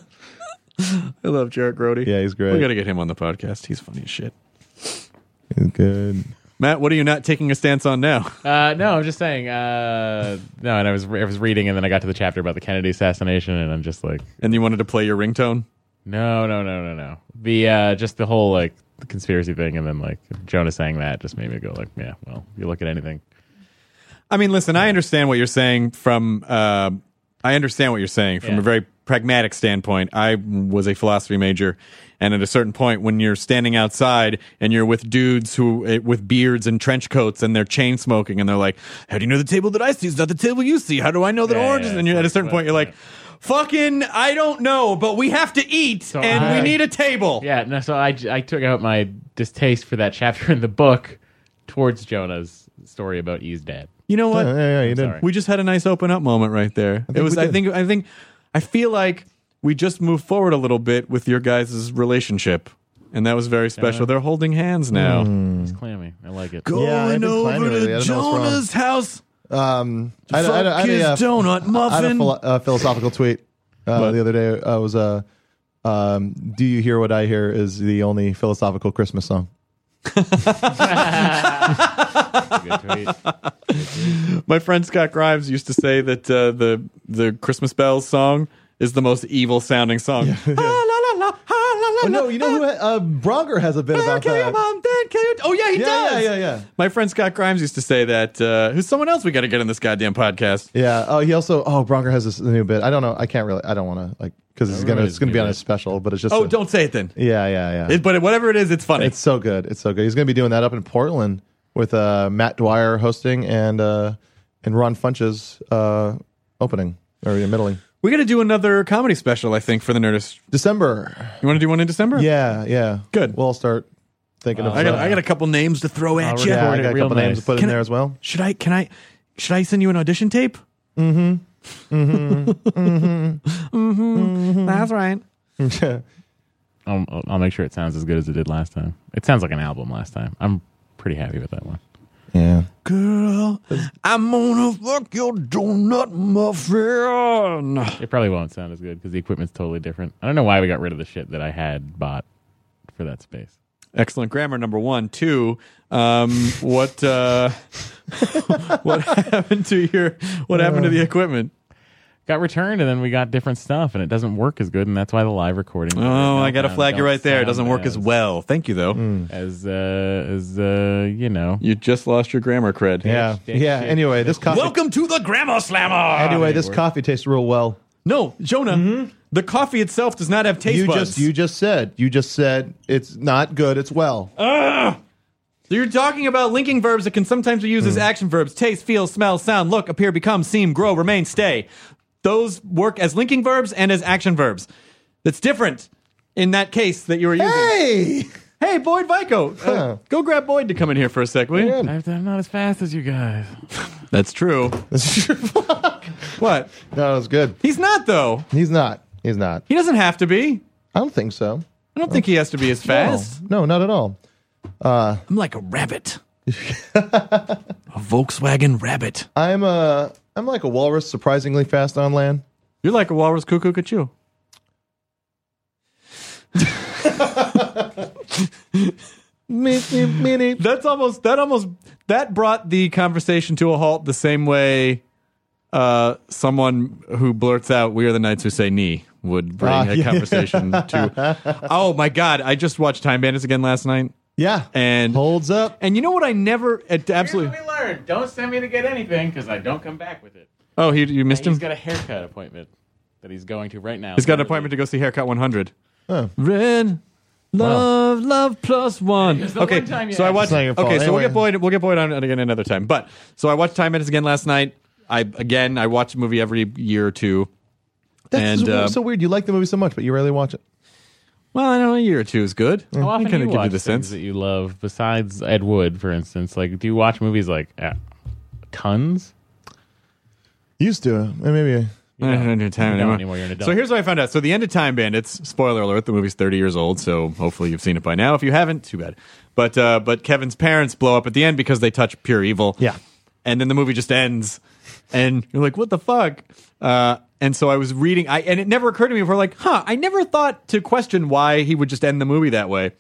S5: I love Jared Grody.
S6: Yeah, he's great.
S5: We got to get him on the podcast. He's funny as shit.
S6: It's good.
S5: Matt, what are you not taking a stance on now?
S7: Uh, no, I'm just saying. Uh, no, and I was I was reading, and then I got to the chapter about the Kennedy assassination, and I'm just like,
S5: And you wanted to play your ringtone?
S7: no, no, no, no, no. The uh, just the whole like conspiracy thing, and then like Jonah saying that just made me go like, yeah, well, you look at anything.
S5: I mean, listen, I understand what you're saying from. Uh, I understand what you're saying from
S7: Yeah.
S5: a very pragmatic standpoint. I was a philosophy major, and at a certain point, when you're standing outside and you're with dudes who eh, with beards and trench coats and they're chain smoking, and they're like, "How do you know the table that I see is not the table you see? How do I know that
S7: Yeah, yeah,
S5: oranges?"
S7: yeah,
S5: and you're, at a
S7: it's
S5: certain
S7: like,
S5: point, you're like.
S7: yeah.
S5: Fucking, I don't know, but we have to eat,
S7: So
S5: and
S7: I-
S5: we need a table.
S7: Yeah, no. So I j- I took out my distaste for that chapter in the book towards Jonah's story about E's dad.
S5: You know what?
S6: Yeah, yeah, yeah, you did.
S7: Sorry.
S5: We just had a nice open up moment right there. it was.
S6: we
S5: I
S6: did.
S5: think. I think. I feel like we just moved forward a little bit with your guys' relationship, and that was very special. They're holding hands now.
S7: It's clammy. I like it.
S6: Hmm. Yeah, I've been climbing lately. I don't know what's wrong.
S5: house.
S6: Um, I, I, I, I, had a, uh,
S5: donut
S6: I had a philo- uh, philosophical tweet uh,
S5: What?
S6: the other day. I was, uh, um, "Do you hear what I hear?" Is the only philosophical Christmas song.
S7: Good tweet.
S5: My friend Scott Grimes used to say that uh, the the Christmas bells song is the most evil sounding song. Ah, la, la, la, ah,
S6: Oh
S5: la, la,
S6: no,
S5: la,
S6: you know who?
S5: ah,
S6: Uh, Bronger has a bit
S5: I'll
S6: about
S5: kill your
S6: that.
S5: mom, then kill your- Oh yeah, he
S6: Yeah,
S5: does.
S6: yeah, yeah, yeah.
S5: My friend Scott Grimes used to say that. Uh, who's someone else we got to get in this goddamn podcast?
S6: Yeah. Oh, he also. Oh, Bronger has this new bit. I don't know. I can't really. I don't want to like because it's gonna.
S7: ruin
S6: It's gonna be
S7: his
S6: on
S7: new
S6: his special, but it's just.
S5: Oh,
S6: a-
S5: don't say it then.
S6: Yeah, yeah, yeah.
S5: It, but whatever it is, it's funny.
S6: it's so good. It's so good. He's gonna be doing that up in Portland with uh, Matt Dwyer hosting and uh, and Ron Funches uh, opening or middling.
S5: We're gonna do another comedy special, I think, for the Nerdist.
S6: December.
S5: You want to do one in December?
S6: Yeah, yeah.
S5: Good.
S6: We'll start thinking of.
S5: I got,
S6: some.
S5: I got a couple names to throw at you.
S6: Oh, yeah, I
S7: recorded
S6: got a
S7: real
S6: couple names
S7: nice.
S6: to put in
S5: Can I-
S6: there as well.
S5: Should I? Can I? Should I send you an audition tape? Mm-hmm. Mm-hmm. mm-hmm. That's right.
S7: I'll, I'll- I'll make sure it sounds as good as it did last time. It sounds like an album last time. I'm pretty happy with that one.
S6: Yeah.
S5: Girl, I'm gonna fuck your donut muffin.
S7: It probably won't sound as good because the equipment's totally different. I don't know why we got rid of the shit that I had bought for that space.
S5: Excellent grammar, number one. Two, um, what uh, what happened to your what happened to the equipment?
S7: got returned, and then we got different stuff, and it doesn't work as good, and that's why the live recording.
S5: Oh, I got to
S7: um,
S5: flag you
S7: don't
S5: right there. It
S7: sound
S5: doesn't work as well. Thank you, though.
S6: Mm.
S7: as uh, as uh, you know.
S5: You just lost your grammar cred.
S6: Yeah.
S7: dick
S6: yeah.
S7: shit.
S6: Anyway, this coffee.
S5: Welcome to the Grammar Slammer.
S6: Anyway, this coffee tastes real well.
S5: No, Jonah, the coffee itself does not have taste
S6: you
S5: buds.
S6: just you just said you just said it's not good. It's well.
S5: Oh, So you're talking about linking verbs that can sometimes be used as action verbs taste, feel, smell, sound, look, appear, become, seem, grow, remain, stay. Those work as linking verbs and as action verbs. That's different in that case that you were using.
S6: hey.
S5: Hey, Boyd Vico, uh,
S6: Huh.
S5: go grab Boyd to come in here for a sec, will you?
S6: Yeah.
S7: I've- I'm not as fast as you guys.
S5: That's true. What?
S6: no, it's good.
S5: He's not, though.
S6: He's not. He's not.
S5: He doesn't have to be.
S6: I don't think so.
S5: I don't think he has to be as fast.
S6: No, not at all.
S5: I'm like a rabbit. a Volkswagen rabbit.
S6: I'm a I'm like a walrus, surprisingly fast on land.
S5: You're like a walrus cuckoo cuckoo.
S6: Mini, mini.
S5: That's almost that almost that brought the conversation to a halt the same way uh, someone who blurts out "We are the knights who say knee" would bring
S6: Ah,
S5: a
S6: yeah.
S5: conversation to. Oh my god! I just watched Time Bandits again last night,
S6: Yeah,
S5: and
S6: holds up.
S5: and you know what? I never it absolutely.
S7: Here's what we learned. Don't send me to get anything because I don't come back with it.
S5: Oh, he, you missed
S7: And he's
S5: him.
S7: got a haircut appointment that he's going to right now.
S5: He's got an appointment to go see Haircut 100.
S6: Oh.
S5: Red. Love, love plus one.
S7: It's the
S5: Okay,
S7: one time you
S5: so I
S7: asked.
S5: watched.
S6: It's not
S5: Okay,
S6: your fault.
S5: so we'll
S6: Anyway.
S5: get Boyd. We'll get Boyd on it again another time. But so I watched Time Bandits again last night. I again, I watch a movie every year or two.
S6: That's
S5: and,
S6: so-
S5: uh,
S6: so weird. You like the movie so much, but you rarely watch it.
S5: Well, I don't know, a year or two is good.
S7: How often
S5: I
S7: do
S5: kinda
S7: you
S5: give you
S7: watch
S5: the
S7: things
S5: sense.
S7: that you love besides Ed Wood, for instance? Like, do you watch movies like uh, tons?
S6: Used to, and maybe.
S5: I don't have time
S7: You don't
S5: anymore.
S7: anymore, you're an adult.
S5: So here's what I found out. So the end of Time Bandits. Spoiler alert: the movie's 30 years old, so hopefully you've seen it by now. If you haven't, too bad. But uh, but Kevin's parents blow up at the end because they touch pure evil.
S6: Yeah.
S5: And then the movie just ends, and you're like, what the fuck? Uh, and so I was reading, I and it never occurred to me before, like, huh? I never thought to question why he would just end the movie that way.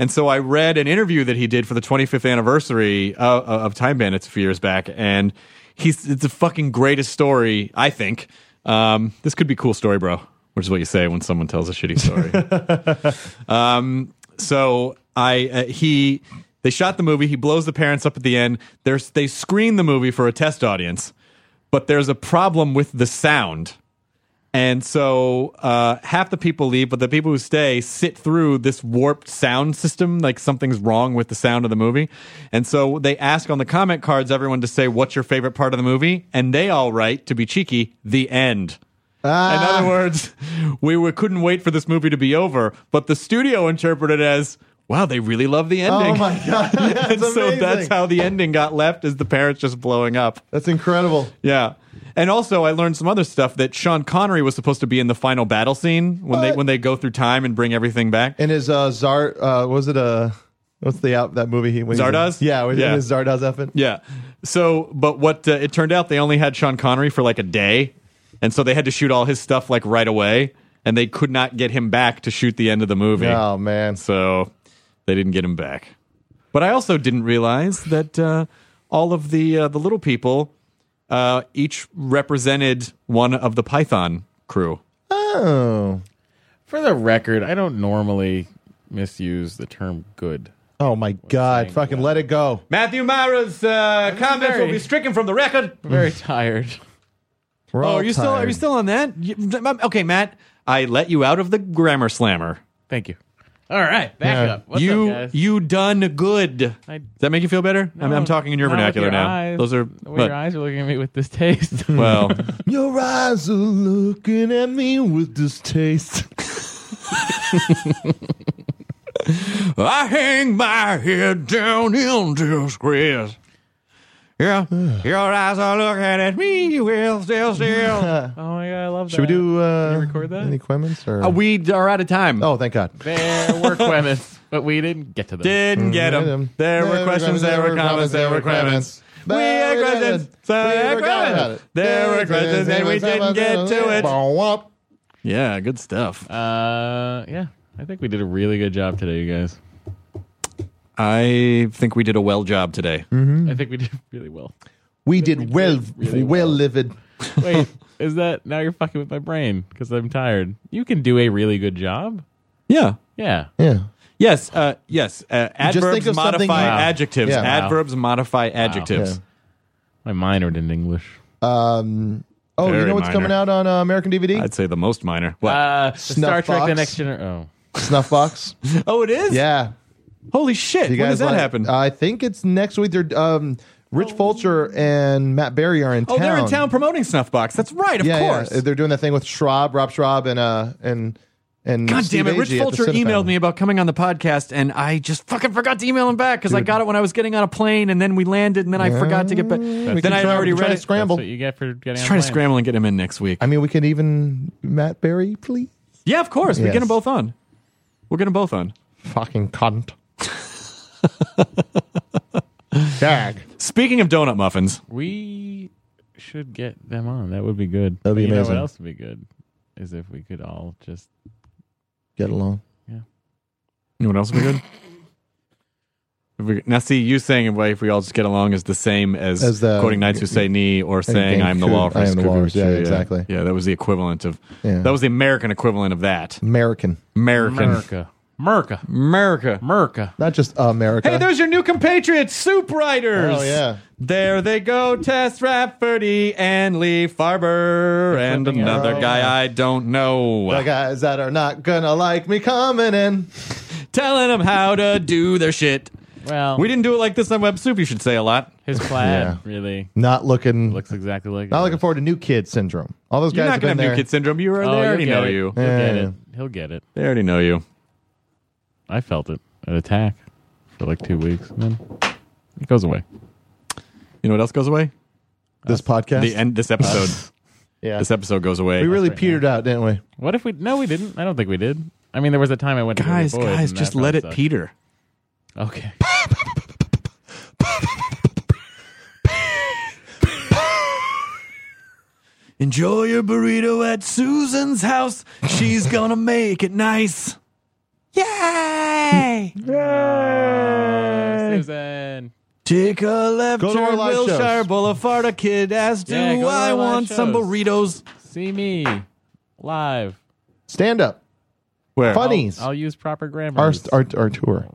S5: And so I read an interview that he did for the 25th anniversary of, of Time Bandits a few years back, and he's it's the fucking greatest story, I think. Um, this could be cool story, bro, which is what you say when someone tells a shitty story. um, so I uh, he they shot the movie. He blows the parents up at the end. There's they screen the movie for a test audience, but there's a problem with the sound. And so uh, half the people leave, but the people who stay sit through this warped sound system, like something's wrong with the sound of the movie. And so they ask on the comment cards everyone to say, What's your favorite part of the movie? And they all write, to be cheeky, the end.
S6: Ah.
S5: In other words, we were, couldn't wait for this movie to be over, but the studio interpreted it as, Wow, they really love the ending.
S6: Oh my god, that's
S5: and so
S6: amazing.
S5: that's how the ending got left is the parents just blowing up.
S6: That's incredible.
S5: Yeah. And also, I learned some other stuff that Sean Connery was supposed to be in the final battle scene when they
S6: What?
S5: when they go through time and bring everything back.
S6: And his uh, Zar, uh, was it uh, what's the out that movie he when he was in-
S5: Zardoz?
S6: Yeah, was yeah.
S5: Yeah.
S6: his Zardoz effort.
S5: yeah. So, but what uh, it turned out, they only had Sean Connery for like a day, and so they had to shoot all his stuff like right away, and they could not get him back to shoot the end of the movie.
S6: Oh man,
S5: So they didn't get him back. But I also didn't realize that uh, all of the uh, the little people uh, each represented one of the Python crew.
S6: oh,
S7: For the record, I don't normally misuse the term "good."
S6: oh my god,
S7: saying,
S6: fucking let it go.
S5: Matthew Myra's uh, comments
S7: very-
S5: will be stricken from the record.
S7: I'm very tired.
S6: We're
S5: Oh,
S6: all
S5: are you still are you
S6: tired.
S5: still on that? You- Okay, Matt, I let you out of the grammar slammer.
S7: Thank you. All right, back
S6: Yeah.
S7: up. What's
S5: you
S7: up, guys?
S5: you done good.
S7: I-
S5: Does that make you feel better? I'm, I'm
S7: No,
S5: talking in your
S7: not with
S5: vernacular now.
S7: eyes.
S5: Those are
S7: The way
S5: but-
S7: your eyes are looking at me with distaste.
S5: well.
S6: Your eyes are looking at me with distaste.
S5: I hang my head down in disgrace. Yeah, your eyes are looking at me. You will still,
S6: Uh,
S5: still.
S7: oh my god, I love that.
S6: Should we do uh,
S7: you record that?
S6: any comments or?
S5: we are out of time.
S6: oh, thank God.
S7: There were women's, but we didn't get to them.
S5: Didn't get
S6: Hit
S5: them.
S6: him.
S5: Mm-hmm. There were questions, there were comments, there were comments. We had questions, so we had comments. There were questions, and we didn't get to it.
S6: it.
S5: Yeah, good stuff.
S7: Uh, yeah, I think we did a really good job today, you guys.
S5: I think
S7: Hmm.
S5: we did a well job today.
S7: I think we did really well.
S6: We did well, well livid.
S7: Wait, is that now you're fucking with my brain because I'm tired. You can do a really good job.
S5: Yeah.
S7: Yeah.
S6: Yeah.
S5: Yes. Uh, yes. Uh,
S6: Just think
S5: adverbs
S6: of
S5: modify
S6: something- Wow.
S5: adjectives.
S6: Yeah.
S7: Wow.
S5: Adverbs modify adjectives.
S6: Yeah.
S7: My minored in English.
S6: Um, oh, you
S7: Very
S6: know what's
S7: minor.
S6: coming out on uh, American DVD?
S5: I'd say the most minor. What?
S7: Uh, Star Trek: The
S6: Snuffbox?
S7: Next Generation. Oh,
S6: Snuffbox.
S5: oh, it is.
S6: Yeah.
S5: Holy shit!
S6: Do
S5: When
S6: you guys
S5: does that
S6: like- uh,
S5: happen?
S6: I think it's next week. They're um, Rich Fulcher and Matt Berry are in
S5: oh,
S6: town.
S5: they're in town promoting Snuffbox. That's right. Of
S6: yeah,
S5: course.
S6: yeah. they're doing that thing with Schraub, Rob Schraub, and uh, and and
S5: God
S6: Steve
S5: damn it! Rich
S6: Agee at the
S5: Fulcher emailed
S6: Cinefound.
S5: me about coming on the podcast, and I just fucking forgot to email him back because I got it when I was getting on a plane, and then we landed, and then I forgot to get back.
S6: We
S5: Then
S6: can
S5: I had
S6: try-
S5: already
S6: we can
S5: read
S6: try to
S5: it.
S7: that's
S6: Scramble.
S7: what you get for getting.
S5: Just
S7: on
S5: trying to
S7: planes.
S5: scramble and get him in next week.
S6: I mean, we could even Matt Berry, please.
S5: yeah, of course. We get
S6: Yes.
S5: them both on. We'll get them both on.
S6: Fucking cunt. Dag.
S5: Speaking of donut muffins,
S7: We should get them on. That would be good.
S6: That'd be
S7: you Know
S6: amazing.
S7: what else would be good is if we could all just
S6: Get along.
S5: you know what else would be good? If we- Now, see, you saying "If we- if we all just get along is the same as,
S6: As the-
S5: quoting Knights Who Say Knee or saying
S6: being
S5: "I'm the
S6: coo-
S5: walrus."
S6: I am the
S5: Cuckoo,
S6: walrus. Yeah,
S5: cuckoo,
S6: exactly.
S5: Yeah, that was the equivalent of
S6: Yeah.
S5: that was the American equivalent of that.
S6: American.
S5: American,
S7: America, America,
S5: America.
S7: America.
S6: Not just America.
S5: Hey, there's your new compatriots, Soup Riders.
S6: Oh, yeah.
S5: There they go, Tess Rafferty and Lee Farber and
S7: flipping it.
S5: another
S7: Oh,
S5: guy I don't know.
S6: the guys that are not gonna like me coming in.
S5: Telling them how to do their shit.
S6: Um,
S7: Well,
S5: We didn't do it like this on Web Soup, you should say a lot.
S7: his plaid
S6: Yeah.
S7: really
S6: Not looking.
S7: looks exactly like.
S6: not
S7: Oh, ours.
S6: looking forward to new kid syndrome. All those
S5: You're
S6: guys
S5: not
S6: have
S5: going
S6: been
S5: to have
S6: there.
S5: new kid syndrome. You are,
S7: Oh,
S5: they
S7: he'll
S5: already
S7: get
S5: know
S7: it.
S5: you.
S7: He'll get
S6: Yeah.
S7: it. He'll get it.
S5: They already know you.
S7: I felt it. An attack for like two weeks, and then it goes away.
S5: You know what else goes away?
S6: This podcast.
S5: The end. This episode.
S6: Yeah.
S5: this episode goes away.
S6: we really petered out, didn't we?
S7: What if we? No, we didn't. I don't think we did. I mean, there was a time I went.
S5: guys,
S7: to David Boyd
S5: guys,
S7: and
S5: just
S7: that
S5: let it
S7: probably
S5: peter.
S7: sucked. Okay.
S5: Enjoy your burrito at Susan's house. She's gonna make it nice. Yay!
S7: Uh, Susan.
S5: Take a left
S6: Go to our
S5: turn,
S6: live
S5: Wilshire
S6: shows.
S5: Boulevard. A kid asked, "Do
S7: Yeah, go to our
S5: I
S7: live
S5: want some
S7: shows.
S5: burritos?"
S7: See me live.
S6: Stand up.
S5: Where?
S6: Funnies.
S7: I'll use proper grammar.
S6: Our, our our tour.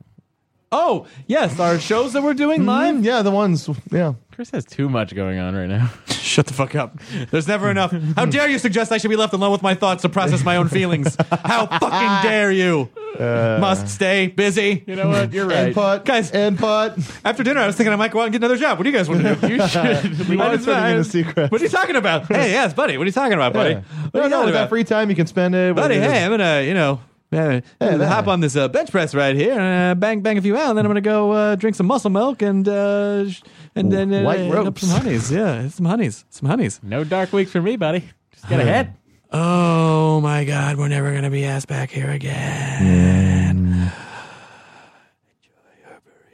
S5: Oh, yes, our shows that we're doing live.
S6: Mm, yeah, the ones. Yeah.
S7: Chris has too much going on right now.
S5: Shut the fuck up. There's never enough. How dare you suggest I should be left alone with my thoughts to process my own feelings? How fucking dare you? Must stay busy.
S7: Uh, You know what? You're right.
S6: Input.
S5: Guys.
S6: Input.
S5: After dinner, I was thinking I might go out and get another job. What do you guys want to do? You should. we
S6: are turning into secrets.
S5: What are you talking about? Hey, yes, buddy. What are you talking about, buddy?
S6: Yeah.
S5: What are you
S6: No, no,
S5: talking
S6: with that
S5: about?
S6: free time you can spend it. with
S5: buddy,
S6: it.
S5: hey, I'm gonna, you know, uh, hop on this uh, bench press right here and uh, bang bang a few out, and then I'm gonna go uh, drink some muscle milk and uh, sh- and then uh,
S6: White
S5: and up
S6: ropes.
S5: some honeys. Yeah, some honeys, some honeys.
S7: No dark weeks for me, buddy. Just get ahead.
S5: Oh my God, we're never gonna be asked back here again. Enjoy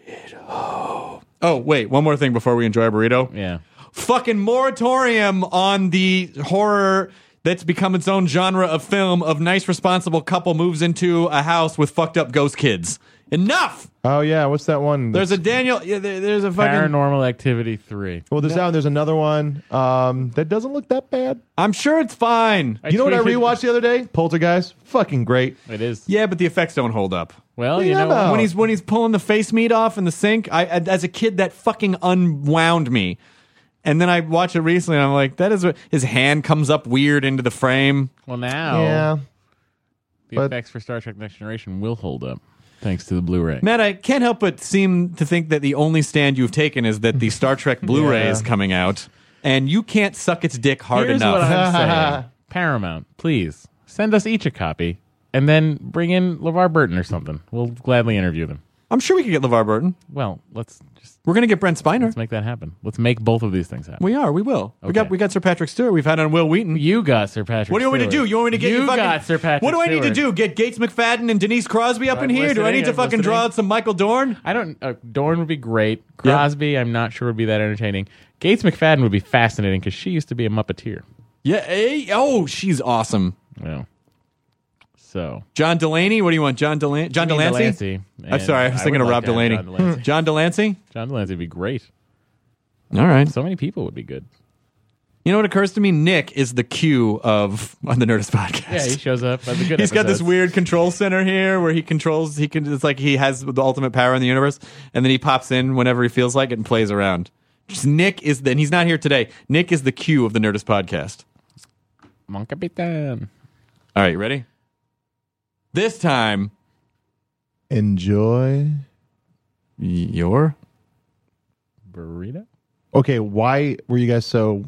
S5: your burrito. Oh wait, one more thing before we enjoy our burrito.
S7: Yeah.
S5: fucking moratorium on the horror that's become its own genre of film of nice responsible couple moves into a house with fucked up ghost kids. Enough.
S6: Oh yeah, what's that one?
S5: There's a Daniel. Yeah, there- there's a fucking.
S7: Paranormal Activity Three.
S6: well, there's that one. There's another one um, that doesn't look that bad.
S5: I'm sure it's fine.
S6: You know what I
S7: tweeted-
S6: rewatched the other day? Poltergeist. Fucking great.
S7: It is.
S5: Yeah, but the effects don't hold up.
S7: Well,
S6: What are
S7: you
S6: you
S7: know
S6: talking
S7: what?
S5: When
S6: Oh.
S5: he's when he's pulling the face meat off in the sink, I as a kid that fucking unwound me. And then I watched it recently, and I'm like, that is what his hand comes up weird into the frame.
S7: Well, now
S6: Yeah.
S7: the
S6: but-
S7: effects for Star Trek: Next Generation will hold up thanks to the Blu-ray.
S5: Matt, I can't help but seem to think that the only stand you've taken is that the Star Trek Blu-ray
S6: Yeah.
S5: is coming out, and you can't suck its dick hard
S7: Here's
S5: enough.
S7: what I'm saying. Paramount, please send us each a copy, and then bring in LeVar Burton or something. We'll gladly interview them.
S5: I'm sure we could get LeVar Burton.
S7: Well, let's just
S5: We're gonna get Brent Spiner.
S7: let's make that happen. Let's make both of these things happen.
S5: We are. We will. We got.
S7: Okay.
S5: We got Sir Patrick Stewart. We've had on Will Wheaton.
S7: you got Sir Patrick.
S5: what do you want me to do?
S7: Stewart.
S5: You want me to get you,
S7: you
S5: fucking?
S7: got Sir Patrick?
S5: what do I need to
S7: Stewart.
S5: do? Get Gates McFadden and Denise Crosby up
S7: I'm
S5: in here? do I
S7: listening,
S5: need to
S7: I'm
S5: fucking draw
S7: listening.
S5: out some Michael Dorn?
S7: I don't. Uh, Dorn would be great.
S5: Yeah.
S7: Crosby, I'm not sure would be that entertaining. Gates McFadden would be fascinating because she used to be a Muppeteer.
S5: Yeah. eh? oh, she's awesome.
S7: Well, so
S5: John Delaney. What do you want? John Delaney. John
S7: I mean,
S5: Delancey.
S7: Delancey,
S5: I'm
S7: and
S5: sorry. I was
S7: I
S5: thinking
S7: would
S5: of
S7: like
S5: Rob
S7: to have
S5: Delaney. John
S7: John Delancey.
S5: Delancey.
S7: John Delancey would be great.
S5: All right.
S7: So many people would be good.
S5: You know what occurs to me? Nick is the Q of on the Nerdist podcast.
S7: Yeah, he shows up. At the good
S5: He's got this
S7: episodes.
S5: weird control center here where he controls. He can. It's like he has the ultimate power in the universe, and then he pops in whenever he feels like it and plays around. Just Nick is then he's not here today. Nick is the Q of the Nerdist podcast.
S7: Mon Capitan.
S5: All right, ready? This time,
S10: Enjoy.
S5: your
S7: Burrito?
S10: Okay, why were you guys so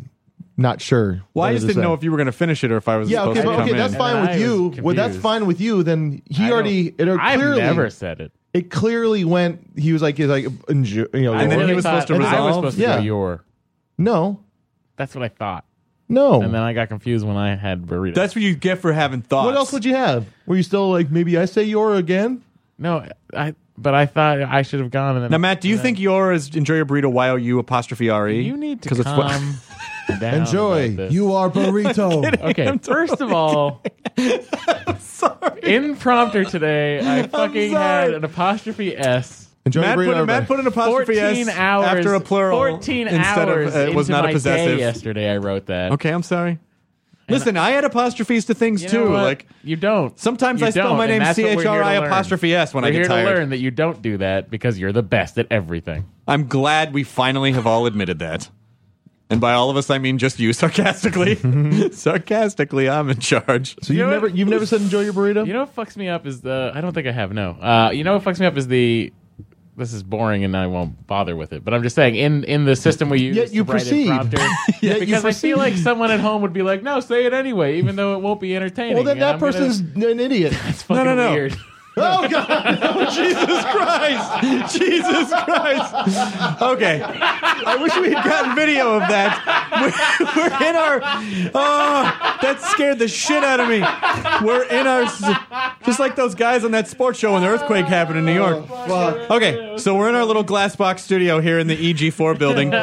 S10: not sure?
S5: Well, I
S10: What
S5: just
S10: it
S5: didn't
S10: say?
S5: know if you were going to finish it or if I was
S10: Yeah,
S5: supposed
S10: okay,
S5: to
S10: but
S5: come
S10: okay,
S5: in.
S10: that's fine
S7: And
S10: with
S7: I
S10: you.
S7: was
S10: Well, that's
S7: confused.
S10: fine with you. Then he
S7: I don't-
S10: already it
S7: I've
S10: clearly
S7: never said it.
S10: it clearly went. He was like, he's like, enjoy, you know,
S5: And then
S10: your-
S5: he was supposed to
S7: and I was
S5: resolve?
S7: supposed to
S10: Yeah.
S7: go your.
S10: no,
S7: That's what I thought.
S10: no.
S7: And then I got confused when I had burrito.
S5: That's what you get for having thoughts.
S10: what else would you have? Were you still like, maybe I say your again?
S7: no, I. But I thought I should have gone. And then
S5: Now, Matt, do you think your is enjoy your burrito? Y o u apostrophe r e?
S7: you need to
S5: 'Cause it's what-
S7: calm down about
S10: Enjoy.
S7: this.
S10: You are burrito.
S7: Okay, first of all, in prompter today, I fucking
S5: sorry.
S7: had an apostrophe S.
S10: Enjoy
S5: Matt,
S10: your burrito.
S5: put, Matt put an apostrophe
S7: 14
S5: S
S7: hours
S5: after a plural.
S7: 14
S5: instead
S7: hours
S5: Of, uh, it was
S7: into
S5: not
S7: my
S5: a
S7: day
S5: possessive.
S7: yesterday I wrote that.
S5: Okay, I'm sorry. Listen, I add apostrophes to things
S7: You know
S5: too.
S7: what?
S5: Like
S7: you don't.
S5: sometimes
S7: You
S5: I spell
S7: don't,
S5: my
S7: and
S5: name
S7: that's what we're
S5: C
S7: here
S5: H
S7: to
S5: R I
S7: learn.
S5: apostrophe S when
S7: We're
S5: I
S7: here
S5: get tired.
S7: to learn that you don't do that because you're the best at everything.
S5: I'm glad we finally have all admitted that. And by all of us, I mean just you, sarcastically. sarcastically, I'm in charge.
S10: so you've
S7: know
S10: never,
S7: what?
S10: you've never said enjoy your burrito.
S7: You know what fucks me up is the. I don't think I have. No. Uh, you know what fucks me up is the. This is boring, and I won't bother with it. But I'm just saying, in in the system we use,
S10: Yet you
S7: to write in
S10: proceed.
S7: prompter,
S10: Yet you
S7: because I
S10: proceed.
S7: feel like someone at home would be like, "No, say it anyway," even though it won't be entertaining.
S10: well, then
S7: and
S10: that
S7: I'm gonna-
S10: person's an idiot.
S7: it's fucking
S5: No, no, no.
S7: weird.
S10: oh God!
S5: Jesus Christ! Jesus Christ! Okay. I wish we had gotten video of that. We're, we're in our. Oh, that scared the shit out of me. We're in our. s- Just like those guys on that sports show when the earthquake happened in New York. Okay, so we're in our little glass box studio here in the EG4 building.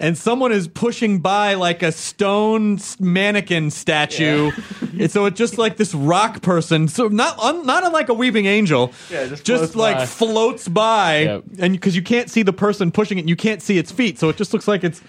S5: And someone is pushing by like a stone s- mannequin statue, and so it's just like this rock person, so not un, not unlike a weeping angel,
S7: Yeah, just floats
S5: like
S7: by.
S5: floats by,
S7: Yep.
S5: and because you can't see the person pushing it, you can't see its feet, so it just looks like it's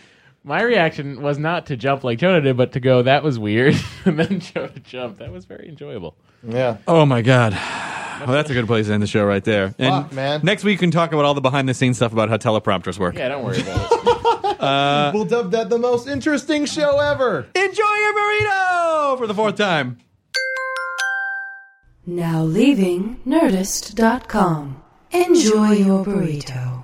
S7: My reaction was not to jump like Jonah did, but to go, "That was weird," and then Jonah jumped. That was very enjoyable.
S10: yeah.
S5: Oh my god. Well, that's a good place to end the show right there. And
S10: Fuck, man.
S5: next week we can talk about all the behind the scenes stuff about how teleprompters work.
S7: Yeah, don't worry about it.
S10: we'll dub that the most interesting show ever.
S5: Enjoy your burrito for the fourth time.
S4: Now leaving Nerdist.com. Enjoy your burrito.